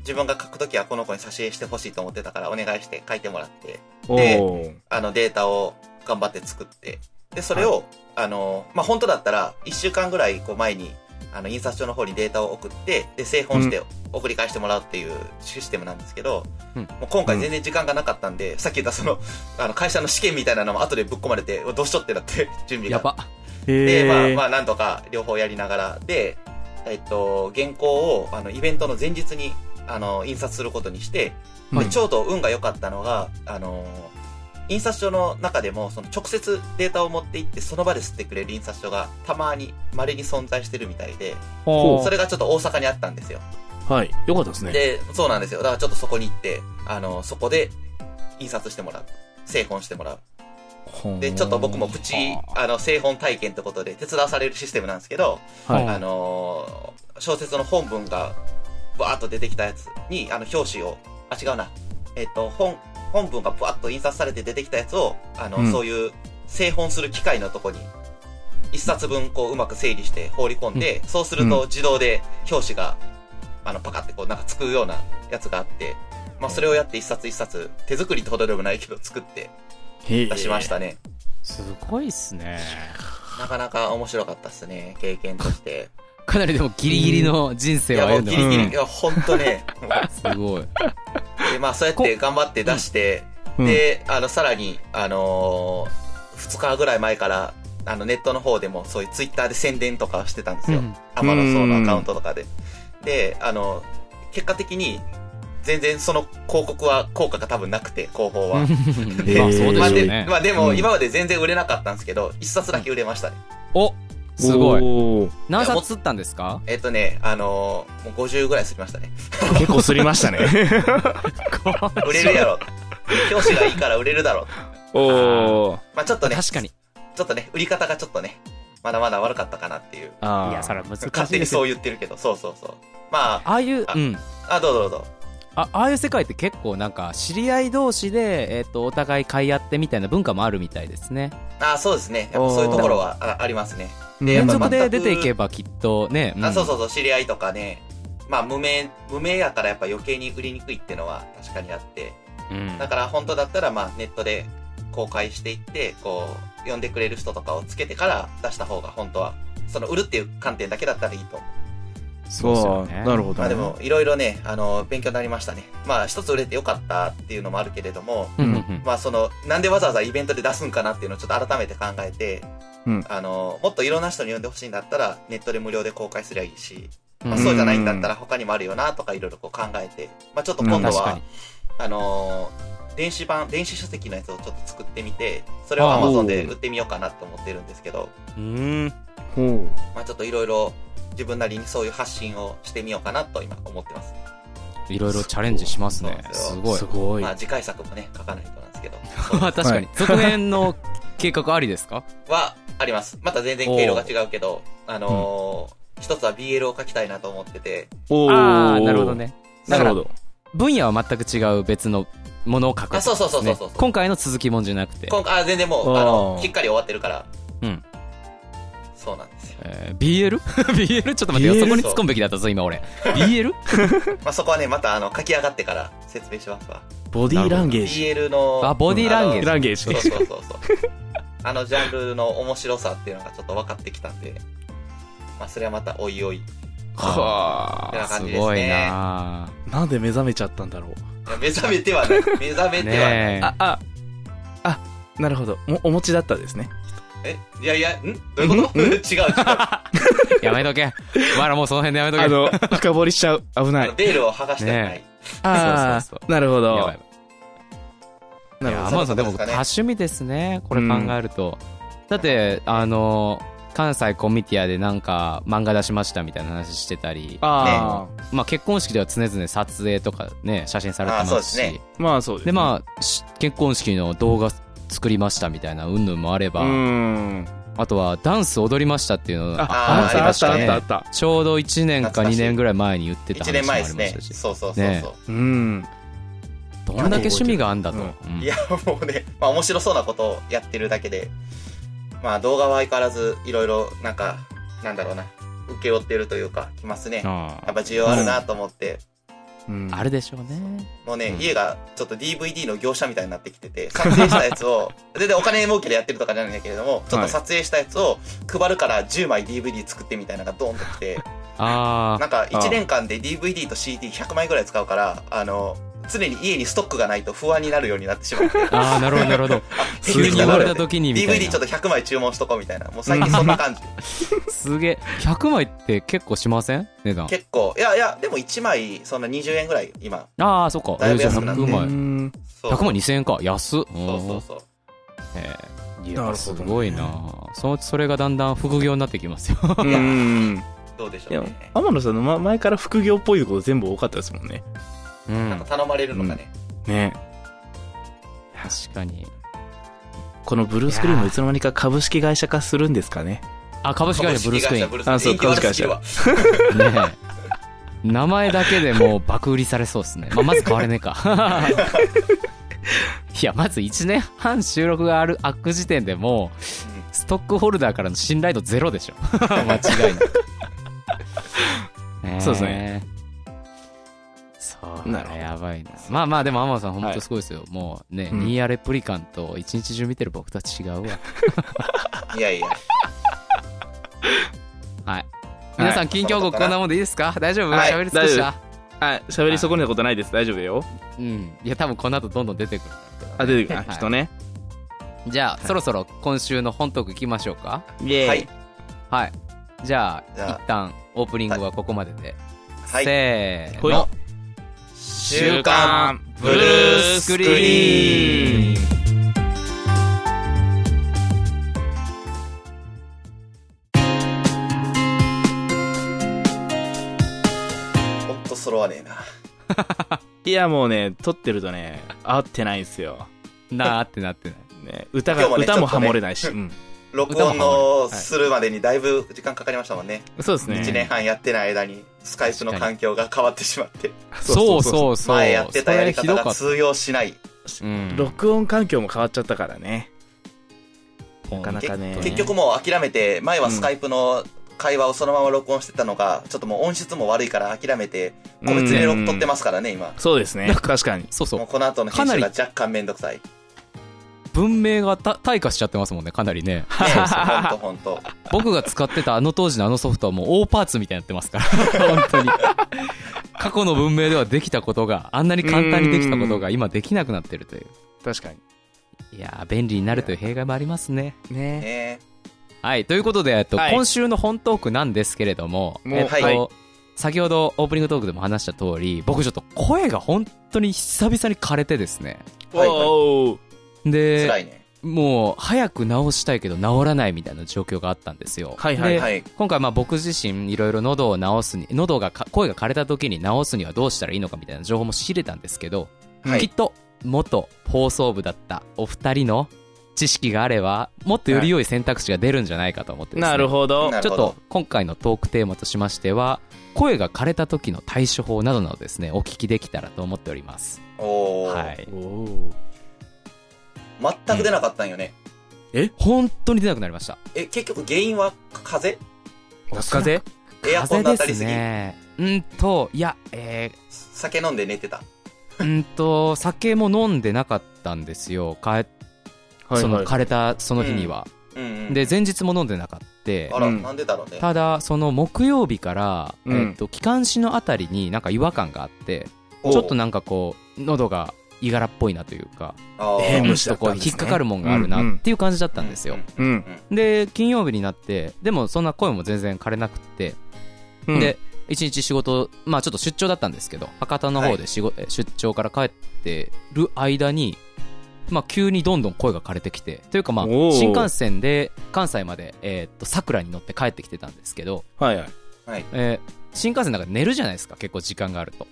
[SPEAKER 1] 自分が書くときはこの子に挿絵してほしいと思ってたから、お願いして書いてもらって、
[SPEAKER 3] お
[SPEAKER 1] で
[SPEAKER 3] ー
[SPEAKER 1] あの、データを頑張って作って、で、それを、あのーまあ、本当だったら、1週間ぐらいこう前にあの印刷所の方にデータを送ってで製本して送り返してもらうっていうシステムなんですけど、
[SPEAKER 2] うん
[SPEAKER 1] もう今回全然時間がなかったんで、さっき言ったそのあの会社の試験みたいなのも後でぶっ込まれてうわどうしとってなって準備が
[SPEAKER 2] やば。
[SPEAKER 1] で、
[SPEAKER 3] え
[SPEAKER 1] まあ、
[SPEAKER 3] ー
[SPEAKER 1] まあ、なんとか両方やりながら、で、えっと、原稿を、あの、イベントの前日に、あの、印刷することにして、
[SPEAKER 2] は
[SPEAKER 1] で
[SPEAKER 2] い
[SPEAKER 1] ちょうど運が良かったのが、あの、印刷所の中でも、その直接データを持って行って、その場で吸ってくれる印刷所が、たまに、稀に存在してるみたいで、
[SPEAKER 2] ほう
[SPEAKER 1] それがちょっと大阪にあったんですよ。
[SPEAKER 3] はい。よかったですね。
[SPEAKER 1] で、そうなんですよ。だからちょっとそこに行って、あの、そこで、印刷してもらう。製本してもらう。で、ちょっと僕もプチ、あの、製本体験ってことで手伝わされるシステムなんですけど、
[SPEAKER 3] はい
[SPEAKER 1] あのー小説の本文がバーッと出てきたやつに、あの、表紙を、あ、違うな。えっ、と、本、本文がバーッと印刷されて出てきたやつを、あの、
[SPEAKER 3] うん
[SPEAKER 1] そういう製本する機械のとこに、一冊分こううまく整理して放り込んで、そうすると自動で表紙が、あの、パカってこうなんかつくようなやつがあって、まあそれをやって一冊一冊手作りってほどでもないけど作って
[SPEAKER 3] 出
[SPEAKER 1] 出しまし。たね。
[SPEAKER 2] すごいっすね。
[SPEAKER 1] なかなか面白かったっすね、経験として。
[SPEAKER 2] かなりでもギリギリの人
[SPEAKER 1] い
[SPEAKER 2] 生
[SPEAKER 1] や、
[SPEAKER 2] を
[SPEAKER 1] も
[SPEAKER 2] 歩
[SPEAKER 1] うん
[SPEAKER 2] で
[SPEAKER 1] ギ
[SPEAKER 2] ま
[SPEAKER 1] リギリ、
[SPEAKER 3] うん
[SPEAKER 1] いや、ほんと ね。も
[SPEAKER 2] す。すごい。
[SPEAKER 1] うで、まあ、そうやって頑張って出して、
[SPEAKER 3] うん
[SPEAKER 1] で、あの、さらに、あのー、2日ぐらい前から、あの、ネットの方でも、そういうツイッターで宣伝とかをしてたん ですよ
[SPEAKER 2] うん。
[SPEAKER 1] 天野荘のアカウントとかで。で、あの、結果的に、全然その広告は効果が多分なくて、広報は。
[SPEAKER 3] で
[SPEAKER 2] まあそうで
[SPEAKER 1] まあ
[SPEAKER 2] しょう
[SPEAKER 1] で
[SPEAKER 2] ね
[SPEAKER 1] ま。あでも、
[SPEAKER 3] うん
[SPEAKER 1] 今まで全然売れなかったんですけど、一冊だけ売れましたね。
[SPEAKER 2] おすごい。
[SPEAKER 3] い。
[SPEAKER 2] 何冊釣ったんですか
[SPEAKER 1] えっとね、あのー、もう50ぐらいすりましたね。
[SPEAKER 3] 結構すりまし たね。
[SPEAKER 1] 売れるやろ。表紙がいいから売れるだろう。
[SPEAKER 3] おー。
[SPEAKER 1] まあちょっとね、
[SPEAKER 2] 確かに。
[SPEAKER 1] ちょっとね、売り方がちょっとね、まだまだ悪かったかなっていう。
[SPEAKER 3] あー
[SPEAKER 4] いや、それは難しいですよ。
[SPEAKER 1] 勝手にそう言ってるけど、そうそうそう。まあ、
[SPEAKER 2] ああいう、
[SPEAKER 1] あ
[SPEAKER 2] うん。
[SPEAKER 1] あ、どうぞどうぞ。
[SPEAKER 2] あああいう世界って結構なんか知り合い同士で、えっとお互い買い合ってみたいな文化もあるみたいですね
[SPEAKER 1] あそうですね。やっぱそういうところはあありますね。でやっ
[SPEAKER 2] 連
[SPEAKER 1] ぱ
[SPEAKER 2] 続で
[SPEAKER 1] 全く
[SPEAKER 2] 出ていけばきっとね、ん
[SPEAKER 1] あ、そうそうそう、知り合いとかね。まあ、無名、無名やからやっぱ余計に売りにくいってのは確かにあって。
[SPEAKER 2] うん
[SPEAKER 1] だから本当だったら、まあ、ネットで公開していって、こう、呼んでくれる人とかをつけてから出した方が本当は、その売るっていう観点だけだったらいいと思う。
[SPEAKER 2] そうですよね
[SPEAKER 3] あーなるほど。
[SPEAKER 1] まあで、も、いろいろね、あの、勉強になりましたね。まあ、一つ売れてよかったっていうのもあるけれども、
[SPEAKER 2] うんうんうん
[SPEAKER 1] まあ、その、なんでわざわざイベントで出すんかなっていうのをちょっと改めて考えて、
[SPEAKER 3] うん
[SPEAKER 1] あの、もっといろんな人に読んでほしいんだったら、ネットで無料で公開すりゃいいし、まあ、
[SPEAKER 2] うん
[SPEAKER 1] そうじゃないんだったら他にもあるよなとかいろいろこう考えて、まあ、ちょっと今度
[SPEAKER 2] 確か
[SPEAKER 1] は
[SPEAKER 2] に、
[SPEAKER 1] あの、電子版、電子書籍のやつをちょっと作ってみて、それを Amazon で売ってみようかなと思ってるんですけど、
[SPEAKER 4] うん。
[SPEAKER 3] ほ
[SPEAKER 1] まあ、ちょっといろいろ自分なりにそういう発信をしてみようかなと今思ってます。
[SPEAKER 2] いろいろチャレンジしますね
[SPEAKER 1] そ
[SPEAKER 2] す
[SPEAKER 1] う
[SPEAKER 3] う。
[SPEAKER 2] ごい
[SPEAKER 3] すごい
[SPEAKER 1] まあ、。次回作もね、書かないとなんですけど。
[SPEAKER 2] 確かに続編の計画ありです か
[SPEAKER 1] は、あります。また全然経路が違うけど、あのー一つは BL を書きたいなと思ってて、
[SPEAKER 3] お
[SPEAKER 2] ああなるほど。ね
[SPEAKER 3] なるほど。
[SPEAKER 2] 分野は全く違う別のものを書く
[SPEAKER 1] あそうそうそうそうそう
[SPEAKER 2] ね今回の続きもんじゃなくて、
[SPEAKER 1] 今回、あ、全然もう、
[SPEAKER 3] あー
[SPEAKER 1] あの、きっかり終わってるから。
[SPEAKER 2] うん。
[SPEAKER 1] そうなんですよ。
[SPEAKER 2] えー、BL?BL? ちょっと待ってよ
[SPEAKER 3] BL
[SPEAKER 2] そこに突っ込むべきだったぞ 今俺 BL?
[SPEAKER 1] まあ、そこはね、また、あの、書き上がってから説明しますわ。
[SPEAKER 3] ボディーランゲージ。
[SPEAKER 1] BL の、
[SPEAKER 2] あボディーランゲージ
[SPEAKER 1] あ
[SPEAKER 3] ラ
[SPEAKER 1] の
[SPEAKER 3] ンゲージ。
[SPEAKER 1] そうそうそうそう。あのジャンルの面白さっていうのがちょっと分かってきたんで、まあ、それはまた、おいおい。
[SPEAKER 3] は
[SPEAKER 1] てな
[SPEAKER 2] す
[SPEAKER 1] 感じですね
[SPEAKER 2] ごいな
[SPEAKER 3] あ。なんで目覚めちゃったんだろう。
[SPEAKER 1] いや目覚めてはない。目覚めてはない。
[SPEAKER 2] ねえ
[SPEAKER 3] あ、あ、あ、なるほど。もお持ちだったですね。
[SPEAKER 1] え、いやいや、んどういうこと 違う違う。
[SPEAKER 2] やめとけ。お前らもうその辺でやめとけ。
[SPEAKER 3] あの、深掘りしちゃう。危な
[SPEAKER 1] あ
[SPEAKER 3] い
[SPEAKER 1] の。ベールを剥がしてはない
[SPEAKER 2] ね。
[SPEAKER 3] あ
[SPEAKER 2] そうそうそ
[SPEAKER 3] あ、なるほ
[SPEAKER 2] やば
[SPEAKER 3] ど
[SPEAKER 2] い。や
[SPEAKER 3] な
[SPEAKER 2] ばい。い
[SPEAKER 3] る
[SPEAKER 2] や、
[SPEAKER 3] ほ
[SPEAKER 2] ア
[SPEAKER 3] ど。
[SPEAKER 2] マゾンでも
[SPEAKER 1] そうです
[SPEAKER 2] 多
[SPEAKER 1] かね
[SPEAKER 2] 趣味ですね。これ考えると。だって、あの、関西コミティアでなんか漫画出しましたみたいな話してたり、
[SPEAKER 3] ああ、
[SPEAKER 2] まあ結婚式では常々撮影とかね、写真されて
[SPEAKER 1] あそ
[SPEAKER 2] ま
[SPEAKER 1] うですす
[SPEAKER 2] し、
[SPEAKER 1] ね
[SPEAKER 3] まあそうです。
[SPEAKER 2] で、まあ、し結婚式の動画作りましたみたいな云々もあれば、
[SPEAKER 3] うーん。
[SPEAKER 2] あとはダンス踊りましたっていうの
[SPEAKER 3] あ、
[SPEAKER 1] あ
[SPEAKER 2] 話
[SPEAKER 3] あっ
[SPEAKER 2] して
[SPEAKER 3] たあ
[SPEAKER 2] ま
[SPEAKER 3] っ
[SPEAKER 2] した
[SPEAKER 3] たあ
[SPEAKER 2] ね
[SPEAKER 3] ったあった。
[SPEAKER 2] ちょうど1年か
[SPEAKER 1] 懐かし
[SPEAKER 2] 2
[SPEAKER 1] い
[SPEAKER 2] 年ぐらい前に言ってた
[SPEAKER 1] 1
[SPEAKER 2] 話
[SPEAKER 1] 年
[SPEAKER 2] もあ
[SPEAKER 1] 前で
[SPEAKER 2] りますし
[SPEAKER 1] ね
[SPEAKER 2] た。し、
[SPEAKER 1] そうそうそうそう。
[SPEAKER 2] ね
[SPEAKER 3] うん。
[SPEAKER 2] どんだけ趣味があんだと。うん
[SPEAKER 1] いや、もうね、まあ面白そうなことをやってるだけで、まあ動画は相変わらずいろいろなんか、なんだろうな、受け負ってるというか、来ますね。
[SPEAKER 2] あ
[SPEAKER 1] やっぱ需要あるなと思って、
[SPEAKER 3] うん
[SPEAKER 2] あるでしょうね。
[SPEAKER 1] もうね、
[SPEAKER 3] うん
[SPEAKER 1] 家がちょっと DVD の業者みたいになってきてて、撮影したやつ を、全然お金儲けでやってるとかじゃないんだけれども、ちょっと撮影したやつを配るから10枚 DVD 作ってみたいなのがドーンと来て、
[SPEAKER 2] あ
[SPEAKER 1] なんか1年間で DVD と CD100 枚ぐらい使うから、あの、常に家にストックがないと不安になるようになってしま って、
[SPEAKER 2] あ、ああ、なるほど、なるほ ど。
[SPEAKER 1] 減
[SPEAKER 2] 急
[SPEAKER 1] って
[SPEAKER 2] に
[SPEAKER 1] きた
[SPEAKER 2] 言
[SPEAKER 1] な
[SPEAKER 2] わ
[SPEAKER 1] み
[SPEAKER 2] れ
[SPEAKER 1] た
[SPEAKER 2] た
[SPEAKER 1] いな
[SPEAKER 2] 時にみたい
[SPEAKER 1] DVD
[SPEAKER 2] な
[SPEAKER 1] ちょっ。と100枚注文しとこうみたいな。もう最近そんな感じ。
[SPEAKER 2] すげえ。100枚って結構しません値 段。
[SPEAKER 1] 結構。いやいや、でも1枚、そんな20円ぐらい、今。
[SPEAKER 2] ああ、そっか。
[SPEAKER 1] だいぶ
[SPEAKER 2] じゃあ
[SPEAKER 1] 安くなって
[SPEAKER 2] 100枚。
[SPEAKER 3] ん
[SPEAKER 1] そう
[SPEAKER 2] 100枚2000円か。安っ。そう
[SPEAKER 1] そうそうそう。
[SPEAKER 2] ええい
[SPEAKER 3] なるほど
[SPEAKER 2] や
[SPEAKER 3] ね
[SPEAKER 2] すごいなそのうちそれがだんだん副業になってきますよ
[SPEAKER 3] うん
[SPEAKER 1] どうでし
[SPEAKER 3] い
[SPEAKER 1] ょ
[SPEAKER 3] や
[SPEAKER 1] うね。
[SPEAKER 3] 天野さんのま前から副業っぽいこと全部多かったですもんね
[SPEAKER 2] うん
[SPEAKER 1] なんか頼まれるのがね。
[SPEAKER 3] ね
[SPEAKER 2] 確かに
[SPEAKER 3] このブルースクリーンもいつの間にか株式会社化するんですかね
[SPEAKER 2] あ株式会社ブルースクリーン
[SPEAKER 1] 株式会社ブルースクリーン
[SPEAKER 3] あそう株式会社
[SPEAKER 1] いいわ
[SPEAKER 2] ねえ名前だけでもう爆売りされそうですね、まあ、まず買われねえか いやまず1年半収録がある開く時点でもうストックホルダーからの信頼度ゼロでしょ 間違いなく
[SPEAKER 3] そうです
[SPEAKER 2] ねえそう
[SPEAKER 3] なるほど
[SPEAKER 2] やばいなまあまあでも天野さん本当すごいですよ、もうね、
[SPEAKER 3] うん
[SPEAKER 2] ニーアレプリカンと一日中見てる僕とは違うわ
[SPEAKER 1] いやいや。
[SPEAKER 2] はい皆さん近況後こんなもんでいいですか大丈夫
[SPEAKER 1] はい
[SPEAKER 2] 喋り尽くし
[SPEAKER 3] 大
[SPEAKER 2] た
[SPEAKER 3] あ喋り損ねたことないです大丈夫よ
[SPEAKER 2] うん。いや、多分この後どんどん出てくる。
[SPEAKER 3] あ出てくる
[SPEAKER 2] はい
[SPEAKER 3] あ人ね
[SPEAKER 2] じゃあ、そろそろ今週の本トーク行きましょうか。
[SPEAKER 3] イエーイ
[SPEAKER 1] はい。
[SPEAKER 2] はい。じゃ
[SPEAKER 1] じゃ
[SPEAKER 2] あ、
[SPEAKER 1] あ
[SPEAKER 2] 一旦オープニングはここまでで。
[SPEAKER 1] はい。
[SPEAKER 2] せー
[SPEAKER 3] ほい
[SPEAKER 2] の。
[SPEAKER 1] 週刊ブルースクリーン。ほんと揃わねえな。
[SPEAKER 3] いやもうね撮ってるとね合ってないんですよ、
[SPEAKER 2] なーってなってない。
[SPEAKER 3] ね、歌
[SPEAKER 1] 今
[SPEAKER 3] が
[SPEAKER 1] 日もね
[SPEAKER 3] 歌も
[SPEAKER 1] ちょっ
[SPEAKER 3] ハ
[SPEAKER 1] とね
[SPEAKER 3] モれないし、うん
[SPEAKER 1] 録
[SPEAKER 2] 歌も
[SPEAKER 1] 音
[SPEAKER 2] ハモ
[SPEAKER 1] のするまでにだいぶ時間かかりましたもんね。
[SPEAKER 3] そうですね
[SPEAKER 1] 1年半やってない間に、スカイプの環境が変わってしまって、
[SPEAKER 2] そうそうそう。
[SPEAKER 1] 前やってたやり
[SPEAKER 2] そ
[SPEAKER 1] 方
[SPEAKER 2] れひど
[SPEAKER 1] が
[SPEAKER 2] かった。
[SPEAKER 1] 通用しない。
[SPEAKER 2] うん
[SPEAKER 3] 録音環境も変わっちゃったからねなかなかね
[SPEAKER 1] け結局もう諦めて、前はスカイプの会話をそのまま録音してたのが、ちょっともう音質も悪いから諦めて、個別に録撮ってますからね、今。
[SPEAKER 3] そうですね確かに
[SPEAKER 2] そうそ
[SPEAKER 1] もう
[SPEAKER 2] う。
[SPEAKER 1] この後の編
[SPEAKER 2] か
[SPEAKER 1] 集
[SPEAKER 2] なり
[SPEAKER 1] が若干めんどくさい。
[SPEAKER 2] 文明がた退化しちゃってますもんね、かなりね。
[SPEAKER 1] ね、ほんとほんと。
[SPEAKER 2] 僕が使ってたあの当時のあのソフトはもう大パーツみたいになってますから。 本当に。過去の文明ではできたことが、あんなに簡単にできたことが今できなくなってるという。
[SPEAKER 3] 確かに
[SPEAKER 2] いやー便利になるという弊害もありますね。
[SPEAKER 3] ね
[SPEAKER 1] ね
[SPEAKER 2] はい、ということで、えっと、
[SPEAKER 3] はい
[SPEAKER 2] 今週の本トークなんですけれども、
[SPEAKER 3] もう
[SPEAKER 2] えっと、
[SPEAKER 1] はい
[SPEAKER 2] 先ほどオープニングトークでも話した通り、僕ちょっと声が本当に久々に枯れてですね。
[SPEAKER 1] はいはい
[SPEAKER 3] おー
[SPEAKER 1] 辛
[SPEAKER 2] で、
[SPEAKER 1] いね。
[SPEAKER 2] もう早く治したいけど治らないみたいな状況があったんですよ。
[SPEAKER 3] はいはい
[SPEAKER 2] で
[SPEAKER 1] はい。
[SPEAKER 2] 今回まあ僕自身いろいろ喉を治すに、喉がか声が枯れた時に治すにはどうしたらいいのかみたいな情報も仕入れたんですけど、
[SPEAKER 1] は
[SPEAKER 2] きっ
[SPEAKER 1] い。
[SPEAKER 2] と元放送部だったお二人の知識があればもっとより良い選択肢が出るんじゃないかと思ってですね
[SPEAKER 3] なるほど
[SPEAKER 1] な
[SPEAKER 2] ち
[SPEAKER 1] る
[SPEAKER 2] ょっ
[SPEAKER 1] ほ
[SPEAKER 2] と
[SPEAKER 1] ど
[SPEAKER 2] 今回のトークテーマとしましては声が枯れた時の対処法などなどですねお聞きできたらと思っております
[SPEAKER 1] お
[SPEAKER 2] は
[SPEAKER 1] ー。
[SPEAKER 2] い
[SPEAKER 3] おー
[SPEAKER 1] 全く出なかったんよね。
[SPEAKER 2] 本当に出なくなりました
[SPEAKER 1] え、結局原因は風
[SPEAKER 3] 夏風邪
[SPEAKER 1] エアコンの当た
[SPEAKER 2] 風
[SPEAKER 1] り
[SPEAKER 2] です
[SPEAKER 1] すぎ
[SPEAKER 2] ねうんといやえ
[SPEAKER 1] 酒飲んで寝てた。
[SPEAKER 2] ー、うんと酒も飲んでなかったんですよかえその枯れたその日には、
[SPEAKER 1] うんうん。
[SPEAKER 2] で前日も飲んでなかった
[SPEAKER 1] あら、
[SPEAKER 3] うん
[SPEAKER 1] なんでだろうね。
[SPEAKER 2] ただその木曜日から、
[SPEAKER 3] うん
[SPEAKER 2] えっと気管支のあたりになんか違和感があって
[SPEAKER 1] おう
[SPEAKER 2] ちょっとなんかこう喉がいがらっぽいなというか
[SPEAKER 1] あー
[SPEAKER 2] ち
[SPEAKER 3] えー
[SPEAKER 2] ょ
[SPEAKER 3] む
[SPEAKER 2] っ
[SPEAKER 3] し
[SPEAKER 2] とこう引っかかるもんがある
[SPEAKER 3] うんう
[SPEAKER 2] なんっていう感じだったんですよ、
[SPEAKER 1] う
[SPEAKER 3] うん
[SPEAKER 2] で金曜日になってでもそんな声も全然枯れなくって、
[SPEAKER 3] うん
[SPEAKER 2] で一日仕事まあちょっと出張だったんですけど博多の方で仕事、え出張から帰ってる間にまあ急にどんどん声が枯れてきてというかまあ
[SPEAKER 3] おー
[SPEAKER 2] 新幹線で関西までえーっと桜に乗って帰ってきてたんですけど、
[SPEAKER 3] はいはい
[SPEAKER 2] えー新幹線の中で寝るじゃないですか結構時間があると、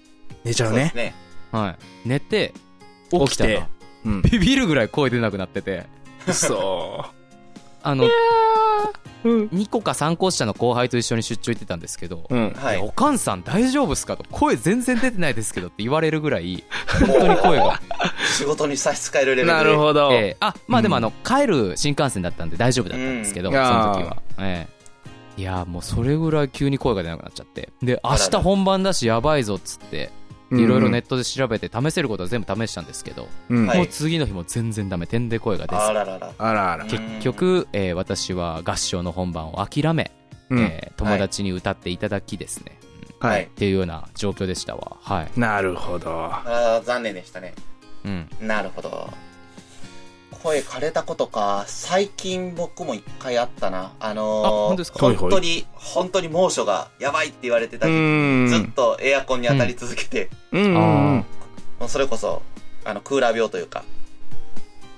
[SPEAKER 3] 寝ちゃ
[SPEAKER 1] そううで
[SPEAKER 3] ね
[SPEAKER 1] すね。
[SPEAKER 2] はい、寝て
[SPEAKER 3] 起
[SPEAKER 2] 起
[SPEAKER 3] き
[SPEAKER 2] き
[SPEAKER 3] た
[SPEAKER 2] た
[SPEAKER 3] ら
[SPEAKER 2] ら
[SPEAKER 3] うん
[SPEAKER 2] ビビるぐらい声出なくなってて
[SPEAKER 3] そ
[SPEAKER 2] あの
[SPEAKER 3] うん
[SPEAKER 2] 2個か3個下の後輩と一緒に出張行ってたんですけど、
[SPEAKER 3] うん
[SPEAKER 1] はい。
[SPEAKER 2] おかんさん大丈夫っすかと声全然出てないですけどって言われるぐらい
[SPEAKER 1] 本
[SPEAKER 2] 本当に声が、
[SPEAKER 1] 仕事に差し支えるレベルで。
[SPEAKER 3] なるほど
[SPEAKER 2] えーあまあでもあの、帰る新幹線だったんで大丈夫だったんですけど、
[SPEAKER 3] うん
[SPEAKER 2] その時
[SPEAKER 3] あ
[SPEAKER 2] は、えーいやーもうそれぐらい急に声が出なくなっちゃってで明
[SPEAKER 1] あら
[SPEAKER 2] 日
[SPEAKER 1] ら
[SPEAKER 2] 本番だしやばいぞっつって
[SPEAKER 3] うん
[SPEAKER 2] いろいろネットで調べて試せることは全部試したんですけど、
[SPEAKER 3] うん
[SPEAKER 1] はい
[SPEAKER 2] もう次の日も全然ダメ点で声が出
[SPEAKER 1] あ
[SPEAKER 2] ず
[SPEAKER 1] ららら。
[SPEAKER 3] あらあら。
[SPEAKER 2] 結局、えー私は合唱の本番を諦め、
[SPEAKER 3] うん
[SPEAKER 2] えー友達に歌っていただきですね、
[SPEAKER 1] は
[SPEAKER 3] はいい。
[SPEAKER 2] っていうような状況でしたわはい、
[SPEAKER 3] なるほど。
[SPEAKER 1] ああ、残念でしたね。
[SPEAKER 2] うん、
[SPEAKER 1] なるほど。声枯れたことか、最近僕も一回あったな。あ
[SPEAKER 2] あ
[SPEAKER 1] の
[SPEAKER 2] 本
[SPEAKER 1] ー
[SPEAKER 2] 当ですか
[SPEAKER 3] はい
[SPEAKER 1] 本当に、本当に猛暑がやばいって言われてた
[SPEAKER 3] う
[SPEAKER 1] 時、
[SPEAKER 3] ん。
[SPEAKER 1] ずっとエアコンに当たり続けて、
[SPEAKER 3] うん
[SPEAKER 2] あ
[SPEAKER 1] もうそれこそ、あの、クーラー病というか、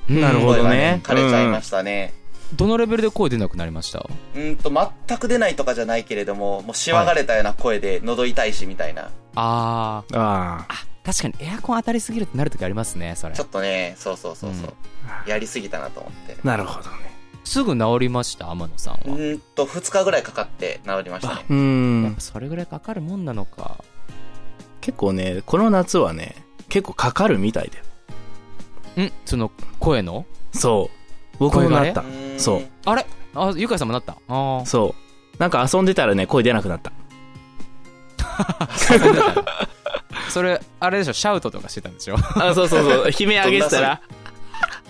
[SPEAKER 2] ー
[SPEAKER 3] なるほ
[SPEAKER 1] 声
[SPEAKER 3] ど
[SPEAKER 1] が
[SPEAKER 3] ね
[SPEAKER 1] 枯れちゃいましたね。
[SPEAKER 2] どのレベルで声出なくなりました
[SPEAKER 1] うんと、全く出ないとかじゃないけれども、もうしわがれたような声で喉痛いしみたいな。
[SPEAKER 2] あー
[SPEAKER 3] あ
[SPEAKER 2] あ確かにエアコン当たりすぎるってなるときありますねそれ
[SPEAKER 1] ちょっとね、そうそうそうそう。
[SPEAKER 3] あ。
[SPEAKER 1] やりすぎたなと思って。
[SPEAKER 3] なるほどね。
[SPEAKER 2] すぐ治りました天野さんは、
[SPEAKER 1] うーんと、2日ぐらいかかって治りましたね。
[SPEAKER 2] や
[SPEAKER 3] う
[SPEAKER 2] っ
[SPEAKER 3] ん
[SPEAKER 2] ぱ。それぐらいかかるもんなのか
[SPEAKER 3] 結構ね、この夏はね、結構かかるみたいで。
[SPEAKER 2] んその声の
[SPEAKER 3] そう。僕もなっ
[SPEAKER 1] う
[SPEAKER 3] た。
[SPEAKER 1] ーん
[SPEAKER 3] そう。
[SPEAKER 2] あれあゆかいさんもなったああ
[SPEAKER 3] そう。なんか遊んでたらね、声出なくなった。
[SPEAKER 2] それあれでしょシャウトとかしてたんでしょ
[SPEAKER 3] あ、そうそうそう。悲鳴
[SPEAKER 1] 上げてたら、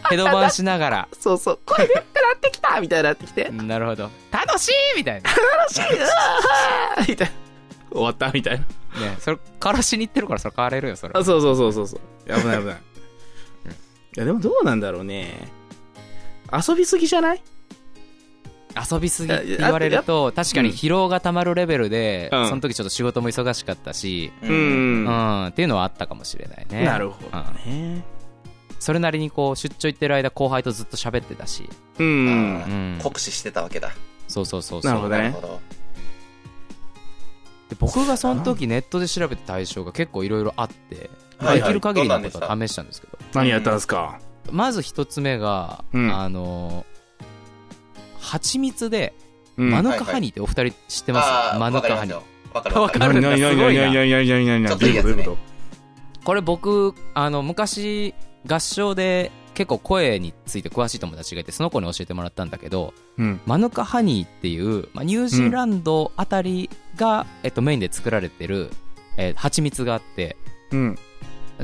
[SPEAKER 2] ヘドバンしながら
[SPEAKER 3] そうそう。声出なくなってきたみたいになってきて。
[SPEAKER 2] なるほど楽しいみたいな
[SPEAKER 3] みたいな。終わったみたいな。
[SPEAKER 2] ねそれからしに行ってるからそれ変われるよそれ
[SPEAKER 3] あ、そうそうそうそうそう。危ない危ない。いや、でもどうなんだろうね。遊びすぎじゃない
[SPEAKER 2] 遊びすぎって言われると確かに疲労がたまるレベルで、
[SPEAKER 3] うん
[SPEAKER 2] その時ちょっと仕事も忙しかったし、
[SPEAKER 1] う。
[SPEAKER 3] うん
[SPEAKER 2] うん
[SPEAKER 3] ん。
[SPEAKER 2] っていうのはあったかもしれないね
[SPEAKER 3] なるほどね。
[SPEAKER 2] それなりにこう出張行ってる間後輩とずっと喋ってたし、
[SPEAKER 3] う。
[SPEAKER 1] うんん。酷使してたわけだ。
[SPEAKER 2] そうそうそうそう
[SPEAKER 3] なるほど
[SPEAKER 1] なる
[SPEAKER 3] ね
[SPEAKER 1] ほ。ど。
[SPEAKER 2] で僕がその時ネットで調べた対象が結構いろいろあって、
[SPEAKER 1] はいはい
[SPEAKER 2] できる限りのこ
[SPEAKER 1] ど
[SPEAKER 2] と
[SPEAKER 1] んなん
[SPEAKER 2] は試したんですけど
[SPEAKER 3] 何やったんすか
[SPEAKER 2] まず一つ目が、
[SPEAKER 3] うん
[SPEAKER 2] あのー蜂蜜で
[SPEAKER 3] うん
[SPEAKER 2] マ
[SPEAKER 3] 何
[SPEAKER 2] ヌカハニーってお二人知ってます、
[SPEAKER 1] ああ、
[SPEAKER 2] マヌ
[SPEAKER 1] わかり
[SPEAKER 2] カハ
[SPEAKER 1] ます
[SPEAKER 2] ニー
[SPEAKER 1] よ。わかるわかる。
[SPEAKER 2] わかるんだ
[SPEAKER 3] 何
[SPEAKER 2] す
[SPEAKER 3] 何
[SPEAKER 2] ごいな
[SPEAKER 3] 何何何何
[SPEAKER 1] ち
[SPEAKER 3] 何
[SPEAKER 1] ょ
[SPEAKER 3] 何
[SPEAKER 1] っといいやつね
[SPEAKER 3] どういうことどういうこ
[SPEAKER 2] これ僕あの昔合唱で結構声について詳しい友達がいてその子に教えてもらったんだけど
[SPEAKER 3] とうん。
[SPEAKER 2] マヌカハニーっていう、まあ、ニュージーランドあたりが、えっと、メインで作られてる、えー蜂蜜があって
[SPEAKER 3] うん。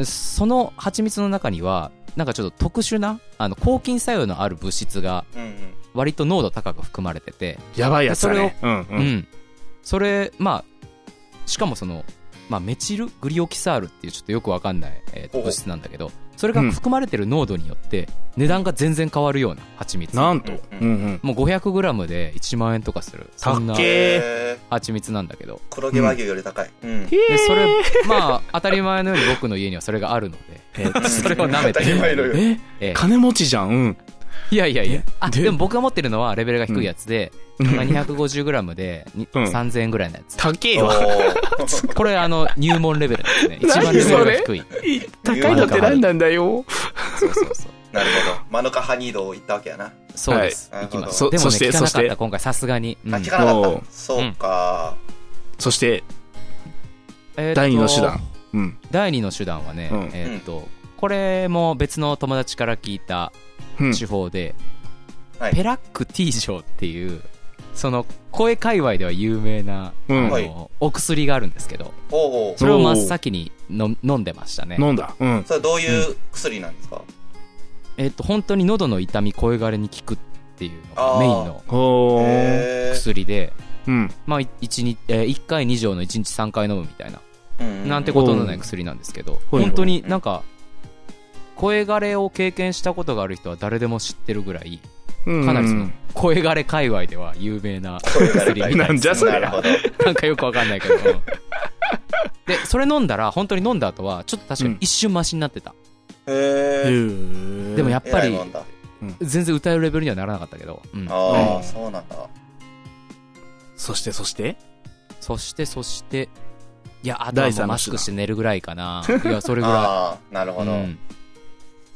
[SPEAKER 2] その蜂蜜の中にはなんかちょっと特殊なあの抗菌作用のある物質が
[SPEAKER 1] うんうん。
[SPEAKER 2] 割と濃度高く含まれてて、
[SPEAKER 3] やばいやつだね。うん
[SPEAKER 2] うんそれまあしかもその、まあ、メチルグリオキサールっていうちょっとよくわかんない、えーと
[SPEAKER 1] おう
[SPEAKER 2] 物質なんだけどそれが含まれてる濃度によって値段が全然変わるような蜂
[SPEAKER 3] うん。
[SPEAKER 2] 蜜も
[SPEAKER 3] なんと。
[SPEAKER 1] う
[SPEAKER 3] うんんうん。
[SPEAKER 2] う 500g で1万円とかするそんな
[SPEAKER 3] たっけえー
[SPEAKER 1] えー
[SPEAKER 2] 蜂蜜なんだけど
[SPEAKER 1] 黒毛和牛より高い。うん。
[SPEAKER 2] でそれまあ当たり前のように僕の家にはそれがあるので、
[SPEAKER 3] えー
[SPEAKER 2] それを舐め
[SPEAKER 1] 当た
[SPEAKER 2] て
[SPEAKER 1] り前のように
[SPEAKER 3] え
[SPEAKER 2] えー
[SPEAKER 3] 金持ちじゃん。うん。
[SPEAKER 2] いやいやいや
[SPEAKER 3] え
[SPEAKER 2] あ
[SPEAKER 3] で
[SPEAKER 2] でも僕が持ってるのはレベルが低いやつで、
[SPEAKER 3] うん
[SPEAKER 2] まあ 250g でに
[SPEAKER 3] うん
[SPEAKER 2] 3000円ぐらいのやつ
[SPEAKER 3] 高え
[SPEAKER 1] お
[SPEAKER 3] わ。
[SPEAKER 1] ー
[SPEAKER 2] これあの入門レベル ですね一番レベルが低い
[SPEAKER 3] 高いのって何なんだよ。
[SPEAKER 2] そうそうそう
[SPEAKER 1] なるほど。マヌカハニードを行ったわけやな。
[SPEAKER 2] そうです、
[SPEAKER 1] はい
[SPEAKER 2] 行きま
[SPEAKER 1] なるほど
[SPEAKER 2] す
[SPEAKER 3] そ
[SPEAKER 2] でも
[SPEAKER 3] そ
[SPEAKER 2] ね
[SPEAKER 3] して
[SPEAKER 2] 聞かな
[SPEAKER 3] そ
[SPEAKER 2] か
[SPEAKER 3] し
[SPEAKER 2] ってた今回さすがに、うん
[SPEAKER 1] あ、聞かなか
[SPEAKER 3] お
[SPEAKER 1] っ
[SPEAKER 3] ー
[SPEAKER 1] た。そうか。
[SPEAKER 3] そして、
[SPEAKER 2] えーと
[SPEAKER 3] 第二の手段。うん。
[SPEAKER 2] 第二の手段はね、
[SPEAKER 3] うん
[SPEAKER 2] えーっとこれも別の友達から聞いた
[SPEAKER 3] うん
[SPEAKER 2] 手法で、
[SPEAKER 1] はい
[SPEAKER 2] ペラック T 賞っていうその声界隈では有名な、
[SPEAKER 3] うん
[SPEAKER 2] あの
[SPEAKER 1] はい
[SPEAKER 2] お薬があるんですけど
[SPEAKER 1] おお。
[SPEAKER 2] それを真っ先にの飲んでましたね
[SPEAKER 3] 飲んだ。うん。
[SPEAKER 1] それどういう薬なんですか
[SPEAKER 2] えーっと本当に喉の痛み声枯れに効くっていうの
[SPEAKER 1] あー
[SPEAKER 2] がメインの
[SPEAKER 3] ほー。
[SPEAKER 1] へー
[SPEAKER 2] 薬で、
[SPEAKER 3] うん。
[SPEAKER 2] まあ、1, 日、えー一回2錠の1日3回飲むみたいな
[SPEAKER 1] うん
[SPEAKER 2] なんてことのない薬なんですけど、
[SPEAKER 3] うん
[SPEAKER 2] 本当になんか、声枯れを経験したことがある人は誰でも知ってるぐらい、か
[SPEAKER 3] か
[SPEAKER 2] なりその、声枯れ界隈では有名な薬みたい
[SPEAKER 3] なんじゃそ
[SPEAKER 1] な
[SPEAKER 3] り
[SPEAKER 1] る
[SPEAKER 3] ゃ。
[SPEAKER 1] ほど。
[SPEAKER 2] なんかよくわかんないけど。うんで、それ飲んだら、本当に飲んだ後は、ちょっと確かに一瞬マシになってた。
[SPEAKER 1] へー
[SPEAKER 3] で
[SPEAKER 2] でもやっ
[SPEAKER 1] え
[SPEAKER 2] ぱ
[SPEAKER 1] らい
[SPEAKER 2] り
[SPEAKER 1] も、んだ。
[SPEAKER 2] 全然歌えるレベルにはならなかったけど、うん
[SPEAKER 1] あ
[SPEAKER 3] う
[SPEAKER 1] あ、
[SPEAKER 3] ん
[SPEAKER 1] そうなんだ。
[SPEAKER 3] そしてそして
[SPEAKER 2] そして、そして、いや、あとはも
[SPEAKER 3] 第
[SPEAKER 2] う
[SPEAKER 3] 三の
[SPEAKER 2] マ
[SPEAKER 3] 手
[SPEAKER 2] ス
[SPEAKER 3] 段
[SPEAKER 2] クして寝るぐらいかな。いや、それぐら
[SPEAKER 1] ああ、なる
[SPEAKER 2] い。
[SPEAKER 1] ほど。
[SPEAKER 2] うん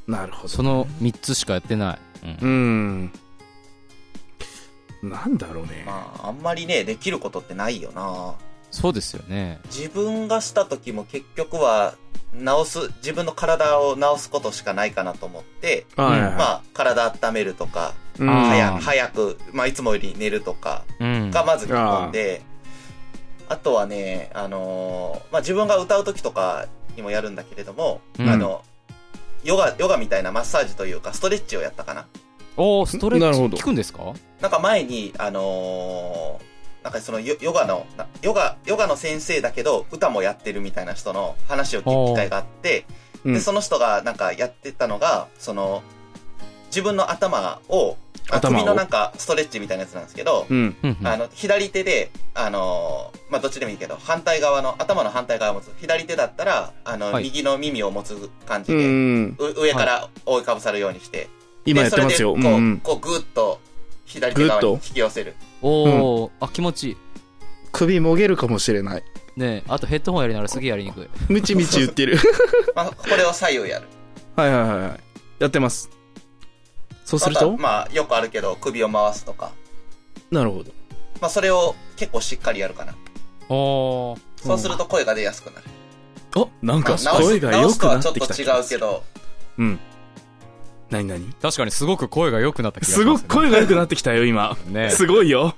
[SPEAKER 3] なるほど。
[SPEAKER 2] その3つしかやってない。うん
[SPEAKER 3] うん。なんだろうね。
[SPEAKER 1] まあ、あんまりね、できることってないよな。
[SPEAKER 2] そうですよね。
[SPEAKER 1] 自分がした時も結局は、治す、自分の体を治すことしかないかなと思って、
[SPEAKER 3] はいはい
[SPEAKER 1] まあ、体温めるとか、
[SPEAKER 3] うん
[SPEAKER 2] あー
[SPEAKER 1] 早早く、まあ、いつもより寝るとか
[SPEAKER 2] うん
[SPEAKER 1] がまず基本で、あとはね、あのーまあ、自分が歌う時とかにもやるんだけれども、
[SPEAKER 2] うん
[SPEAKER 1] あの、ヨガ、ヨガみたいなマッサージというか、ストレッチをやったかな。
[SPEAKER 2] おーストレ
[SPEAKER 3] なるほ
[SPEAKER 2] ッ
[SPEAKER 3] ど
[SPEAKER 2] チ効くんですか
[SPEAKER 1] なんか前に、あのーなんかそのヨヨガの、なヨガ、ヨガの先生だけど、歌もやってるみたいな人の話を聞く機会があって、
[SPEAKER 3] うん
[SPEAKER 1] で、その人がなんかやってたのが、その、自分の頭を、あ
[SPEAKER 3] 頭を
[SPEAKER 1] 首のなんかストレッチみたいなやつなんですけど、
[SPEAKER 3] うん。
[SPEAKER 2] うんうん
[SPEAKER 1] あの、左手で、あのーまあ、どっちでもいいけど、反対側の、頭の反対側を持つ。左手だったら、あの、
[SPEAKER 2] はい
[SPEAKER 1] 右の耳を持つ感じ
[SPEAKER 3] う
[SPEAKER 1] で、
[SPEAKER 3] ん。
[SPEAKER 1] う上から覆いかぶさるようにして。
[SPEAKER 3] 今やってますよ。う
[SPEAKER 1] でそれでこう、
[SPEAKER 3] ん。
[SPEAKER 1] こう、ぐーっと、左手側に引き寄せる。
[SPEAKER 2] おーあ気持ちいい
[SPEAKER 3] 首もげるかもしれない。
[SPEAKER 2] ねえあとヘッドホンやりながらすげえやりにくい
[SPEAKER 3] ムチムチ言って る。
[SPEAKER 1] まあ、これを左右やる。
[SPEAKER 3] はいはいはいはい。やってます。そう する
[SPEAKER 1] あとは
[SPEAKER 3] と
[SPEAKER 1] まあ、よくあるけど、首を回すとか。
[SPEAKER 3] なるほど。
[SPEAKER 1] まあ、それを結構しっかりやるかな。
[SPEAKER 2] おー
[SPEAKER 1] そうすると声が出やすくなる。
[SPEAKER 3] おなん
[SPEAKER 1] まあ
[SPEAKER 3] か
[SPEAKER 1] 直す
[SPEAKER 3] 声が良
[SPEAKER 1] 直す
[SPEAKER 3] く
[SPEAKER 1] と
[SPEAKER 3] な
[SPEAKER 1] は
[SPEAKER 3] っ
[SPEAKER 1] ちょって
[SPEAKER 3] き
[SPEAKER 1] と
[SPEAKER 3] た気
[SPEAKER 1] 違
[SPEAKER 3] が
[SPEAKER 1] う
[SPEAKER 3] す
[SPEAKER 1] け
[SPEAKER 3] る。
[SPEAKER 1] ど、
[SPEAKER 3] うん。なになに
[SPEAKER 2] 確かにすごく声が良くなった気が
[SPEAKER 3] すごく声が良くなってきた よ、今。
[SPEAKER 2] ね
[SPEAKER 3] すごいよ。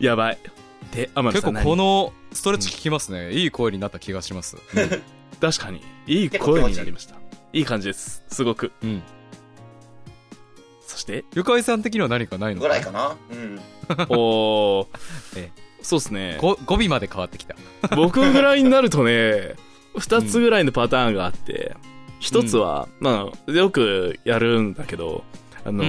[SPEAKER 3] やばい。で、天野
[SPEAKER 2] 結
[SPEAKER 3] さん
[SPEAKER 2] 構
[SPEAKER 3] 何
[SPEAKER 2] このストレッチ効きますね、いい声になった気がします
[SPEAKER 3] 確かに。いい声になりました。いい感じです。すごく。
[SPEAKER 2] うん
[SPEAKER 3] そして、
[SPEAKER 2] ゆかいさん的には何かないの
[SPEAKER 1] ぐらいかな。うん。
[SPEAKER 3] おー
[SPEAKER 2] え
[SPEAKER 3] そうっすね。
[SPEAKER 2] ご語尾まで変わってきた
[SPEAKER 3] 僕ぐらいになるとね、二つぐらいのパターンがあって、一つは、まあ、よくやるんだけど、あの、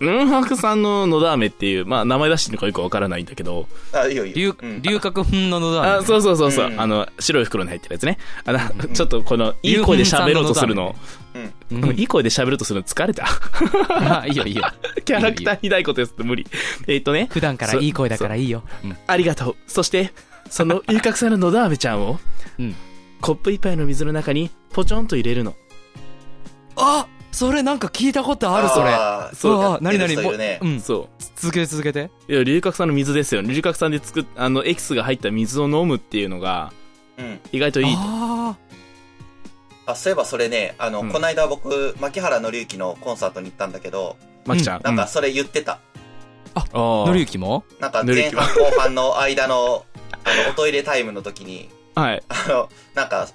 [SPEAKER 2] う
[SPEAKER 3] うんはくさんののだ飴っていう、まあ、名前出してるのかよくわからないんだけど、
[SPEAKER 1] あ、いいよいい
[SPEAKER 2] 龍
[SPEAKER 1] よ。うん
[SPEAKER 2] 龍角粉ののだ
[SPEAKER 3] あ、そうそうそうそう、
[SPEAKER 1] うん
[SPEAKER 3] あの、白い袋に入ってるやつね。あ
[SPEAKER 1] う
[SPEAKER 3] の、
[SPEAKER 1] ん
[SPEAKER 3] ちょっとこの、いい声で喋ろうとするの、
[SPEAKER 2] う
[SPEAKER 3] うんい
[SPEAKER 2] ん
[SPEAKER 3] い声で喋ろうとするの疲れた。
[SPEAKER 2] あいいよいいよ
[SPEAKER 3] キャラクターひどいことやって無理。えっとね、
[SPEAKER 2] 普段からいい声だからいいよ
[SPEAKER 3] ありがとう。そして、その、遊郭さんののだ飴ちゃんを、
[SPEAKER 2] うん
[SPEAKER 3] コップ一杯の水の中に、ポチョンと入れるの。
[SPEAKER 2] あそれなんか聞いたことあるそれ
[SPEAKER 1] あー
[SPEAKER 3] そう
[SPEAKER 2] あー何
[SPEAKER 1] やっ
[SPEAKER 2] 何
[SPEAKER 1] てる人いるね
[SPEAKER 2] もううん
[SPEAKER 3] そう。
[SPEAKER 2] 続けて続けて
[SPEAKER 3] いや、龍角散の水ですよ。龍角散で作っ、あの、エキスが入った水を飲むっていうのが、
[SPEAKER 1] うん。
[SPEAKER 3] 意外といい。
[SPEAKER 2] あ
[SPEAKER 1] あ、そういえばそれね、あの、
[SPEAKER 3] うん
[SPEAKER 1] こないだ僕、牧原紀之のコンサートに行ったんだけど、
[SPEAKER 3] まきちゃん。
[SPEAKER 1] なん
[SPEAKER 3] う
[SPEAKER 1] かそれ言ってた。
[SPEAKER 3] あー
[SPEAKER 2] あのりゆきも
[SPEAKER 1] なんか
[SPEAKER 3] 紀
[SPEAKER 1] 前
[SPEAKER 3] 之は
[SPEAKER 1] 半後半の間の、あの、おトイレタイムの時に、
[SPEAKER 3] はい。
[SPEAKER 1] あの、なんか、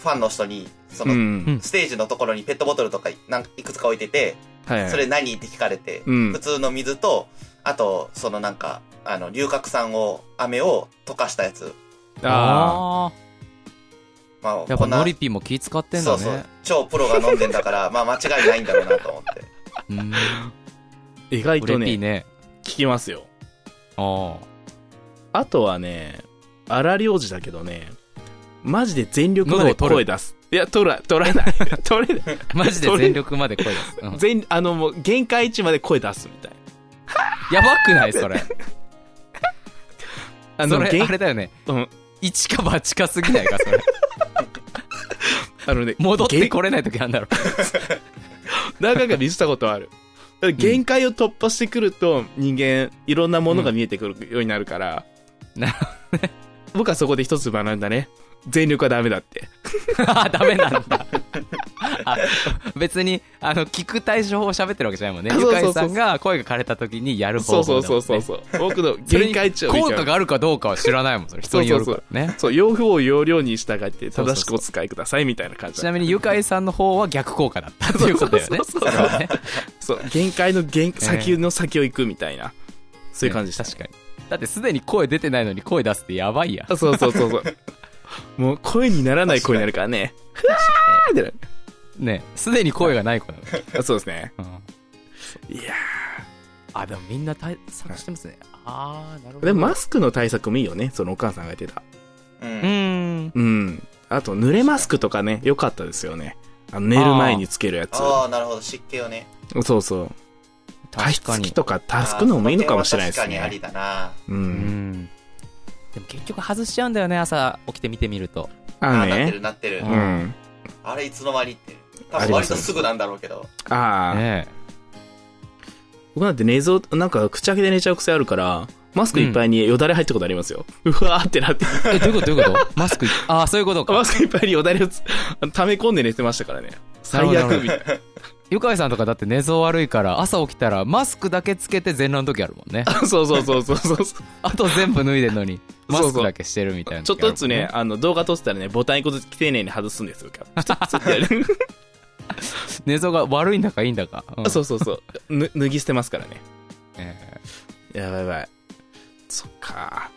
[SPEAKER 1] ファンの人に、そうの、
[SPEAKER 3] ん。
[SPEAKER 1] ステージのところにペットボトルとかなんかいくつか置いてて、
[SPEAKER 3] はいはい。
[SPEAKER 1] それ何って聞かれて、
[SPEAKER 3] うん
[SPEAKER 1] 普通の水と、あと、そのなんか、あの、龍角散を、飴を溶かしたやつ。
[SPEAKER 3] あ
[SPEAKER 2] あ
[SPEAKER 1] まあ、
[SPEAKER 2] ーやっ
[SPEAKER 1] こ
[SPEAKER 2] ぱ
[SPEAKER 1] んな
[SPEAKER 2] のりぴも気使ってん
[SPEAKER 1] そ
[SPEAKER 2] だ
[SPEAKER 1] うそう
[SPEAKER 2] ね。
[SPEAKER 1] 超プロが飲んでんだから、まあ間違いないんだろうなと思って。
[SPEAKER 2] うん
[SPEAKER 3] ー意外と
[SPEAKER 2] のりぴ
[SPEAKER 3] ね、
[SPEAKER 2] ね
[SPEAKER 3] 聞きますよ。
[SPEAKER 2] あ
[SPEAKER 3] あとはね、荒領事だけどね、マジで全力ま
[SPEAKER 2] 喉
[SPEAKER 3] で
[SPEAKER 2] を取る
[SPEAKER 3] 声出す。いや、取ら、取らない。 取れな
[SPEAKER 2] あ
[SPEAKER 3] い。
[SPEAKER 2] マジで全力まで声出すうん
[SPEAKER 3] 全、あの、もう、限界値まで声出すみたいな。
[SPEAKER 2] やばくないそれ
[SPEAKER 3] あ
[SPEAKER 2] そ
[SPEAKER 3] の、
[SPEAKER 2] れ
[SPEAKER 3] 限
[SPEAKER 2] あれだよね
[SPEAKER 3] うん
[SPEAKER 2] 一か八かすぎないかそれ
[SPEAKER 3] あのね、
[SPEAKER 2] 戻って
[SPEAKER 3] 限
[SPEAKER 2] これない時あんだろ
[SPEAKER 3] 何回か見せたことある。だから限界を突破してくると、人間、いろんなものが見えてくるようになるから、
[SPEAKER 2] なる
[SPEAKER 3] 僕はそこで一つ学んだね。全力はダメだって。
[SPEAKER 2] あダメなんだあ別にあの聞く対処法を喋ってるわけじゃないもんね
[SPEAKER 3] あそう
[SPEAKER 2] ゆ
[SPEAKER 3] そうそう
[SPEAKER 2] かいさんが声が枯れた時にやる
[SPEAKER 3] そ
[SPEAKER 2] 方
[SPEAKER 3] うそ
[SPEAKER 2] 法
[SPEAKER 3] う
[SPEAKER 2] だ
[SPEAKER 3] そ
[SPEAKER 2] もんね
[SPEAKER 3] うそうそう。僕の
[SPEAKER 2] それに
[SPEAKER 3] 限界値を見
[SPEAKER 2] 効
[SPEAKER 3] て
[SPEAKER 2] 果があるかどうかは知らないもんそれ人によるからね
[SPEAKER 3] そう、用法を要領に従って
[SPEAKER 2] そうそうそう
[SPEAKER 3] 正しくお使いくださいみたいな感じ
[SPEAKER 2] ち
[SPEAKER 3] だ
[SPEAKER 2] なみにゆかいさんの方は逆効果だったっていうことだよね
[SPEAKER 3] そうそうそうそう
[SPEAKER 2] それはね
[SPEAKER 3] そう、限界の限、先の先を行くみたいな。そういう感じでした。
[SPEAKER 2] 確かにだってすでに声出てないのに声出すってやばいや
[SPEAKER 3] あそうそうそうそう。もう声にならない声になるからね。ふわーってなる
[SPEAKER 2] ねすでに声がない子なのに、
[SPEAKER 3] あそうですね。
[SPEAKER 2] うん
[SPEAKER 3] いや
[SPEAKER 2] あでもみんな対策してますね、ああなるほど
[SPEAKER 3] ーでもマスクの対策もいいよね。そのお母さんが言ってた。
[SPEAKER 1] う。
[SPEAKER 2] うんーん
[SPEAKER 3] うん。あと、濡れマスクとかね、良かったですよね。あの寝る前につけるやつ。
[SPEAKER 1] ああ、なるほど、湿気をね。
[SPEAKER 3] そうそう。加
[SPEAKER 2] 確か
[SPEAKER 3] 湿
[SPEAKER 2] に
[SPEAKER 3] 器とか足すのもいいのかもしれないです
[SPEAKER 1] あーその点は
[SPEAKER 3] ね。
[SPEAKER 1] 確かにあ
[SPEAKER 3] う。
[SPEAKER 2] うんんでも結局外しちゃうんだよね朝起きて見てみると
[SPEAKER 3] あ
[SPEAKER 1] りだな。あ
[SPEAKER 3] の
[SPEAKER 1] ーなって
[SPEAKER 3] ね
[SPEAKER 1] る。なってる
[SPEAKER 3] う。ん。
[SPEAKER 1] あれいつの間にって。多
[SPEAKER 3] あ
[SPEAKER 1] 分
[SPEAKER 3] りま
[SPEAKER 1] 割
[SPEAKER 3] す
[SPEAKER 1] とすぐなんだろうけど。
[SPEAKER 3] ああ、
[SPEAKER 2] ね
[SPEAKER 3] 僕なんて寝相、なんか口開けて寝ちゃう癖あるから、マスクいっぱいによだれ入ったことありますよ。うわーって なって、
[SPEAKER 2] ええどういうことどういうこと マスクああそういうことか
[SPEAKER 3] マスクいっぱいによだれをつ溜め込んで寝てましたからね。最
[SPEAKER 2] なるほ
[SPEAKER 3] 悪
[SPEAKER 2] ど
[SPEAKER 3] みたいな。
[SPEAKER 2] ゆかいさんとかだって寝相悪いから朝起きたらマスクだけつけて全裸の時あるもんね
[SPEAKER 3] そうそうそうそうそうそう
[SPEAKER 2] あと全部脱いでんのに
[SPEAKER 3] そう
[SPEAKER 2] マ
[SPEAKER 3] そう
[SPEAKER 2] スクだけしてるみたいな
[SPEAKER 3] ちょっ
[SPEAKER 2] 時
[SPEAKER 3] と
[SPEAKER 2] あるもん
[SPEAKER 3] ずつね、あの、動画撮ってたらね、ボタン一個ずつ丁寧に外すんですよ。プツプツってや る
[SPEAKER 2] 寝相が悪いんだかいいんだか、うん
[SPEAKER 3] そうそうそう。ぬ脱ぎ捨てますからね。
[SPEAKER 2] え
[SPEAKER 3] やばいやばい。そっか。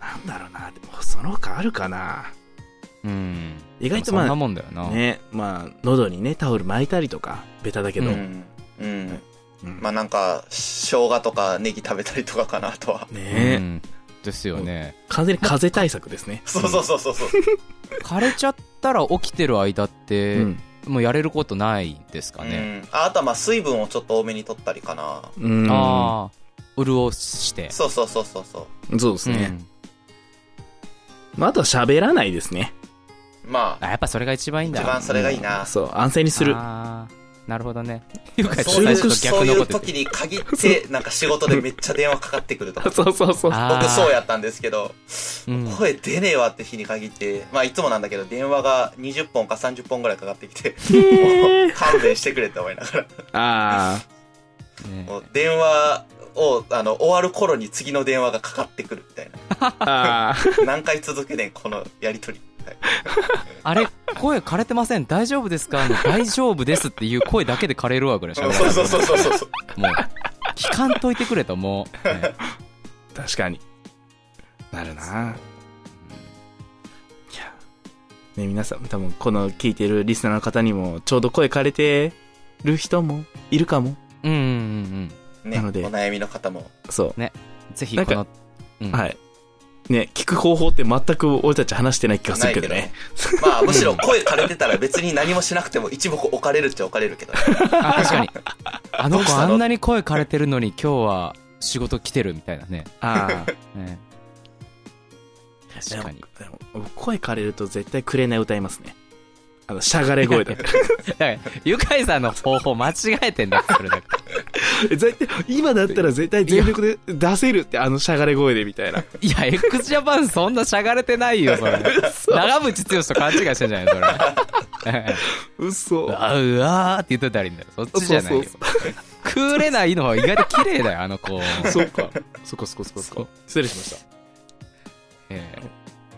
[SPEAKER 3] なんだろうな。でも、その他あるかな。
[SPEAKER 2] ーうん
[SPEAKER 3] 意外と
[SPEAKER 2] そん
[SPEAKER 3] ま
[SPEAKER 2] な
[SPEAKER 3] あ、
[SPEAKER 2] もんだよな、
[SPEAKER 3] ね、まあ、喉にね、タオル巻いたりとか、ベタだけど。
[SPEAKER 2] う
[SPEAKER 1] うん、うん、
[SPEAKER 3] うん
[SPEAKER 1] まあなんか生姜とかネギ食べたりとかかなとは
[SPEAKER 2] う
[SPEAKER 3] ね
[SPEAKER 2] んですよね
[SPEAKER 3] 完全に風邪対策です ね。
[SPEAKER 1] そうそうそうそうそう
[SPEAKER 2] 枯れちゃったら起きてる間って、
[SPEAKER 3] うん。
[SPEAKER 2] もうやれることないですかね、
[SPEAKER 1] うん、ああとはまあ水分をちょっと多めに取ったりかな
[SPEAKER 3] うん。
[SPEAKER 2] ああ潤して
[SPEAKER 1] そうそうそうそうそ
[SPEAKER 3] そうですね。まあ、あとは喋らないですね。
[SPEAKER 1] うま
[SPEAKER 2] うんあやっぱそれが一番いいんだ
[SPEAKER 1] 一番それがいいな
[SPEAKER 3] うんそう、安静にする。
[SPEAKER 2] あーなるほどねゆ
[SPEAKER 1] あ
[SPEAKER 2] かい
[SPEAKER 1] そう
[SPEAKER 2] 最
[SPEAKER 1] いう
[SPEAKER 2] 初と
[SPEAKER 1] そう
[SPEAKER 2] 逆
[SPEAKER 1] い
[SPEAKER 2] の
[SPEAKER 1] う
[SPEAKER 2] こと言って
[SPEAKER 1] 時に限ってなんか仕事でめっちゃ電話かかってくるとか
[SPEAKER 3] そうそうそう。
[SPEAKER 2] あー
[SPEAKER 1] 僕そうやったんですけど
[SPEAKER 2] うん
[SPEAKER 1] 声出ねえわって日に限ってまあいつもなんだけど電話が20本か30本ぐらいかかってき てもう勘弁してくれって思いながら
[SPEAKER 3] あ
[SPEAKER 2] ね
[SPEAKER 1] もう電話をあの終わる頃に次の電話がかかってくるみたい
[SPEAKER 3] あ。ああ。
[SPEAKER 1] な何回続けねんこのやりとりはい
[SPEAKER 2] あれ声枯れてません大丈夫ですかあの大丈夫ですっていう声だけで枯れるわぐらいし ゃ
[SPEAKER 1] そうそうそうそうそうそう
[SPEAKER 2] もう聞かんといてくれともう、ね
[SPEAKER 3] 確かになるなうんいやね皆さん多分この聞いてるリスナーの方にもちょうど声枯れてる人もいるかも
[SPEAKER 2] うんうんうん
[SPEAKER 1] ね
[SPEAKER 3] なので
[SPEAKER 1] お悩みの方も
[SPEAKER 3] そ
[SPEAKER 2] うんぜひこ
[SPEAKER 3] な
[SPEAKER 2] の、うん
[SPEAKER 3] うはいね聞く方法って全く俺たち話してない気がするけどね
[SPEAKER 1] ないけどまあむしろ声枯れてたら別に何もしなくても一目置かれるっちゃ置かれるけどね
[SPEAKER 2] あ確かにあの
[SPEAKER 1] どうし
[SPEAKER 2] 子
[SPEAKER 1] た
[SPEAKER 2] あ
[SPEAKER 1] の
[SPEAKER 2] んなに声枯れてるのに今日は仕事来てるみたいなね
[SPEAKER 3] ああ
[SPEAKER 2] ね確かに
[SPEAKER 3] でもでも声枯れると絶対「紅歌いますねあのしゃがれ声だ
[SPEAKER 2] だからゆかいさんの方法間違えてんだそれだから
[SPEAKER 3] 絶対今だったら絶対全力で出せるってあのしゃがれ声でみたいない
[SPEAKER 2] や x ジャパンそんなしゃがれてないよそれ長渕剛と勘違いしてんじゃないそれ
[SPEAKER 3] 嘘
[SPEAKER 2] うわうわーって言っといたらいいんだよそっちじゃないよ
[SPEAKER 3] そう
[SPEAKER 2] くれないのは意外と綺麗だよあの 子
[SPEAKER 3] そうか。そこそこそこそこ。失礼しました。
[SPEAKER 2] ええ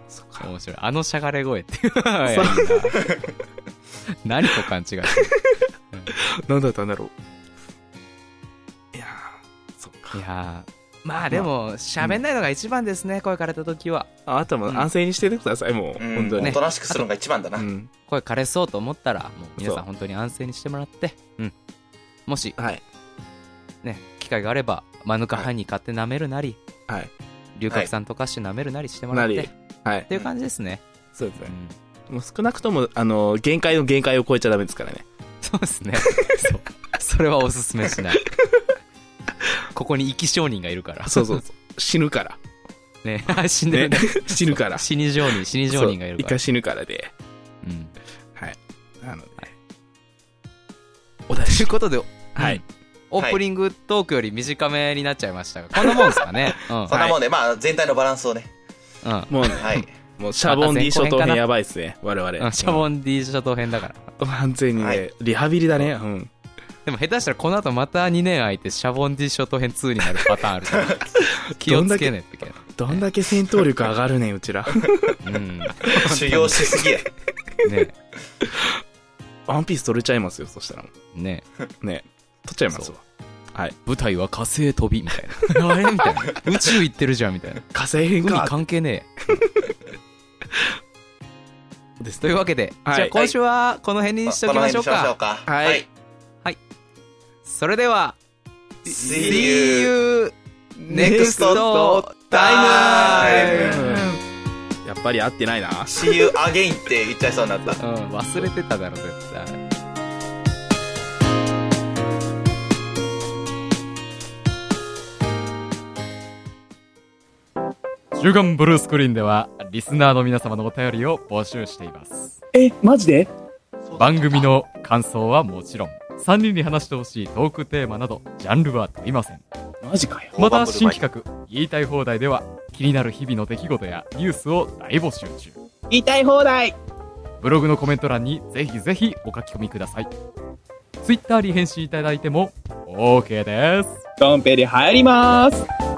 [SPEAKER 3] そっ。
[SPEAKER 2] 面白いあのしゃがれ声っていやいいな 何と勘違いしてる
[SPEAKER 3] 何だったんだろう。いやー、そっ
[SPEAKER 2] い
[SPEAKER 3] か。
[SPEAKER 2] やーまあでも喋んないのが一番ですね、声枯れた時は
[SPEAKER 3] ああとはもう安静にしててください、もう。
[SPEAKER 1] うん
[SPEAKER 3] 本当に。
[SPEAKER 1] おとなしくするのが一番だな、
[SPEAKER 3] うん。
[SPEAKER 2] 声枯れそうと思ったらもう皆
[SPEAKER 3] そ
[SPEAKER 2] さ
[SPEAKER 3] うん
[SPEAKER 2] 本当に安静にしてもらってうんもし
[SPEAKER 3] はい。
[SPEAKER 2] ね機会があればマヌカハニー買って舐めるなり
[SPEAKER 3] はい。
[SPEAKER 2] 龍角散とかして舐めるなりしてもらって、
[SPEAKER 3] なり
[SPEAKER 2] っ
[SPEAKER 3] はい。
[SPEAKER 2] ていう感じですね、
[SPEAKER 3] そうです
[SPEAKER 2] う
[SPEAKER 3] ね。
[SPEAKER 2] ん
[SPEAKER 3] もう少なくとも、あの、限界の限界を超えちゃダメですからね。
[SPEAKER 2] そうです ねそうそれはおすすめしない ここに生き証人がいるから
[SPEAKER 3] そうそうそう。 死ぬから。
[SPEAKER 2] ね 死んでる
[SPEAKER 3] ね
[SPEAKER 2] ね。
[SPEAKER 3] 死ぬ から。
[SPEAKER 2] 死に上人死に上人がい
[SPEAKER 3] そう
[SPEAKER 2] るか
[SPEAKER 3] 一
[SPEAKER 2] ら
[SPEAKER 3] 回死ぬからで。
[SPEAKER 2] うん
[SPEAKER 3] はい。なので。お題
[SPEAKER 2] ということで、
[SPEAKER 3] は
[SPEAKER 2] う
[SPEAKER 3] い
[SPEAKER 2] ん。オープニングトークより短めになっちゃいましたが、こんなもんですかね。うん。
[SPEAKER 1] そんなもんで、まあ全体のバランスをね
[SPEAKER 2] うん
[SPEAKER 3] もうね、
[SPEAKER 1] はい
[SPEAKER 3] もうシャボン D
[SPEAKER 2] また前後
[SPEAKER 3] 諸
[SPEAKER 2] 編かな
[SPEAKER 3] 島編やばいっすね。我々。
[SPEAKER 2] うん。シャボン D 諸島編だから。
[SPEAKER 3] うん完全に
[SPEAKER 1] は
[SPEAKER 3] ね
[SPEAKER 1] い、
[SPEAKER 3] リハビリだね。うん。
[SPEAKER 2] でも下手したらこの後また2年空いて、シャボン D 諸島編2になるパターンあるから、気をつけねってけ。
[SPEAKER 3] どんだけ戦闘力上がるねん、うちら。
[SPEAKER 2] うん。ね
[SPEAKER 1] 修行しすぎや
[SPEAKER 3] ワンピース取れちゃいますよ、そしたらも
[SPEAKER 2] ね
[SPEAKER 3] う。ね。取っちゃいますわ。
[SPEAKER 2] 舞台は火星飛びみたいな。あれみたいな。宇宙行ってるじゃんみたいな。
[SPEAKER 3] 火星編
[SPEAKER 2] 海
[SPEAKER 3] か。
[SPEAKER 2] 関係ねえ。
[SPEAKER 3] です
[SPEAKER 2] というわけで、
[SPEAKER 3] はい
[SPEAKER 2] じゃあ今週はこの辺にしておきましょう
[SPEAKER 1] この辺にしましょう
[SPEAKER 2] か。
[SPEAKER 1] か
[SPEAKER 3] はい
[SPEAKER 2] それでは、
[SPEAKER 1] See you
[SPEAKER 2] you next
[SPEAKER 1] time.
[SPEAKER 2] time!
[SPEAKER 3] やっぱり合ってないな。
[SPEAKER 1] See you again って言っちゃいそうになった
[SPEAKER 2] うん、忘れてただろ絶対週刊ブルースクリーンではリスナーの皆様のお便りを募集しています
[SPEAKER 5] え、マジで
[SPEAKER 2] 番組の感想はもちろん3人に話してほしいトークテーマなどジャンルは問いません
[SPEAKER 5] マジかよ。
[SPEAKER 2] また新企画「言いたい放題」では気になる日々の出来事やニュースを大募集中
[SPEAKER 5] 言いたい放題
[SPEAKER 2] ブログのコメント欄にぜひぜひお書き込みください。Twitter
[SPEAKER 5] Twitter に返信いただいても OK です
[SPEAKER 6] ドンペリ入ります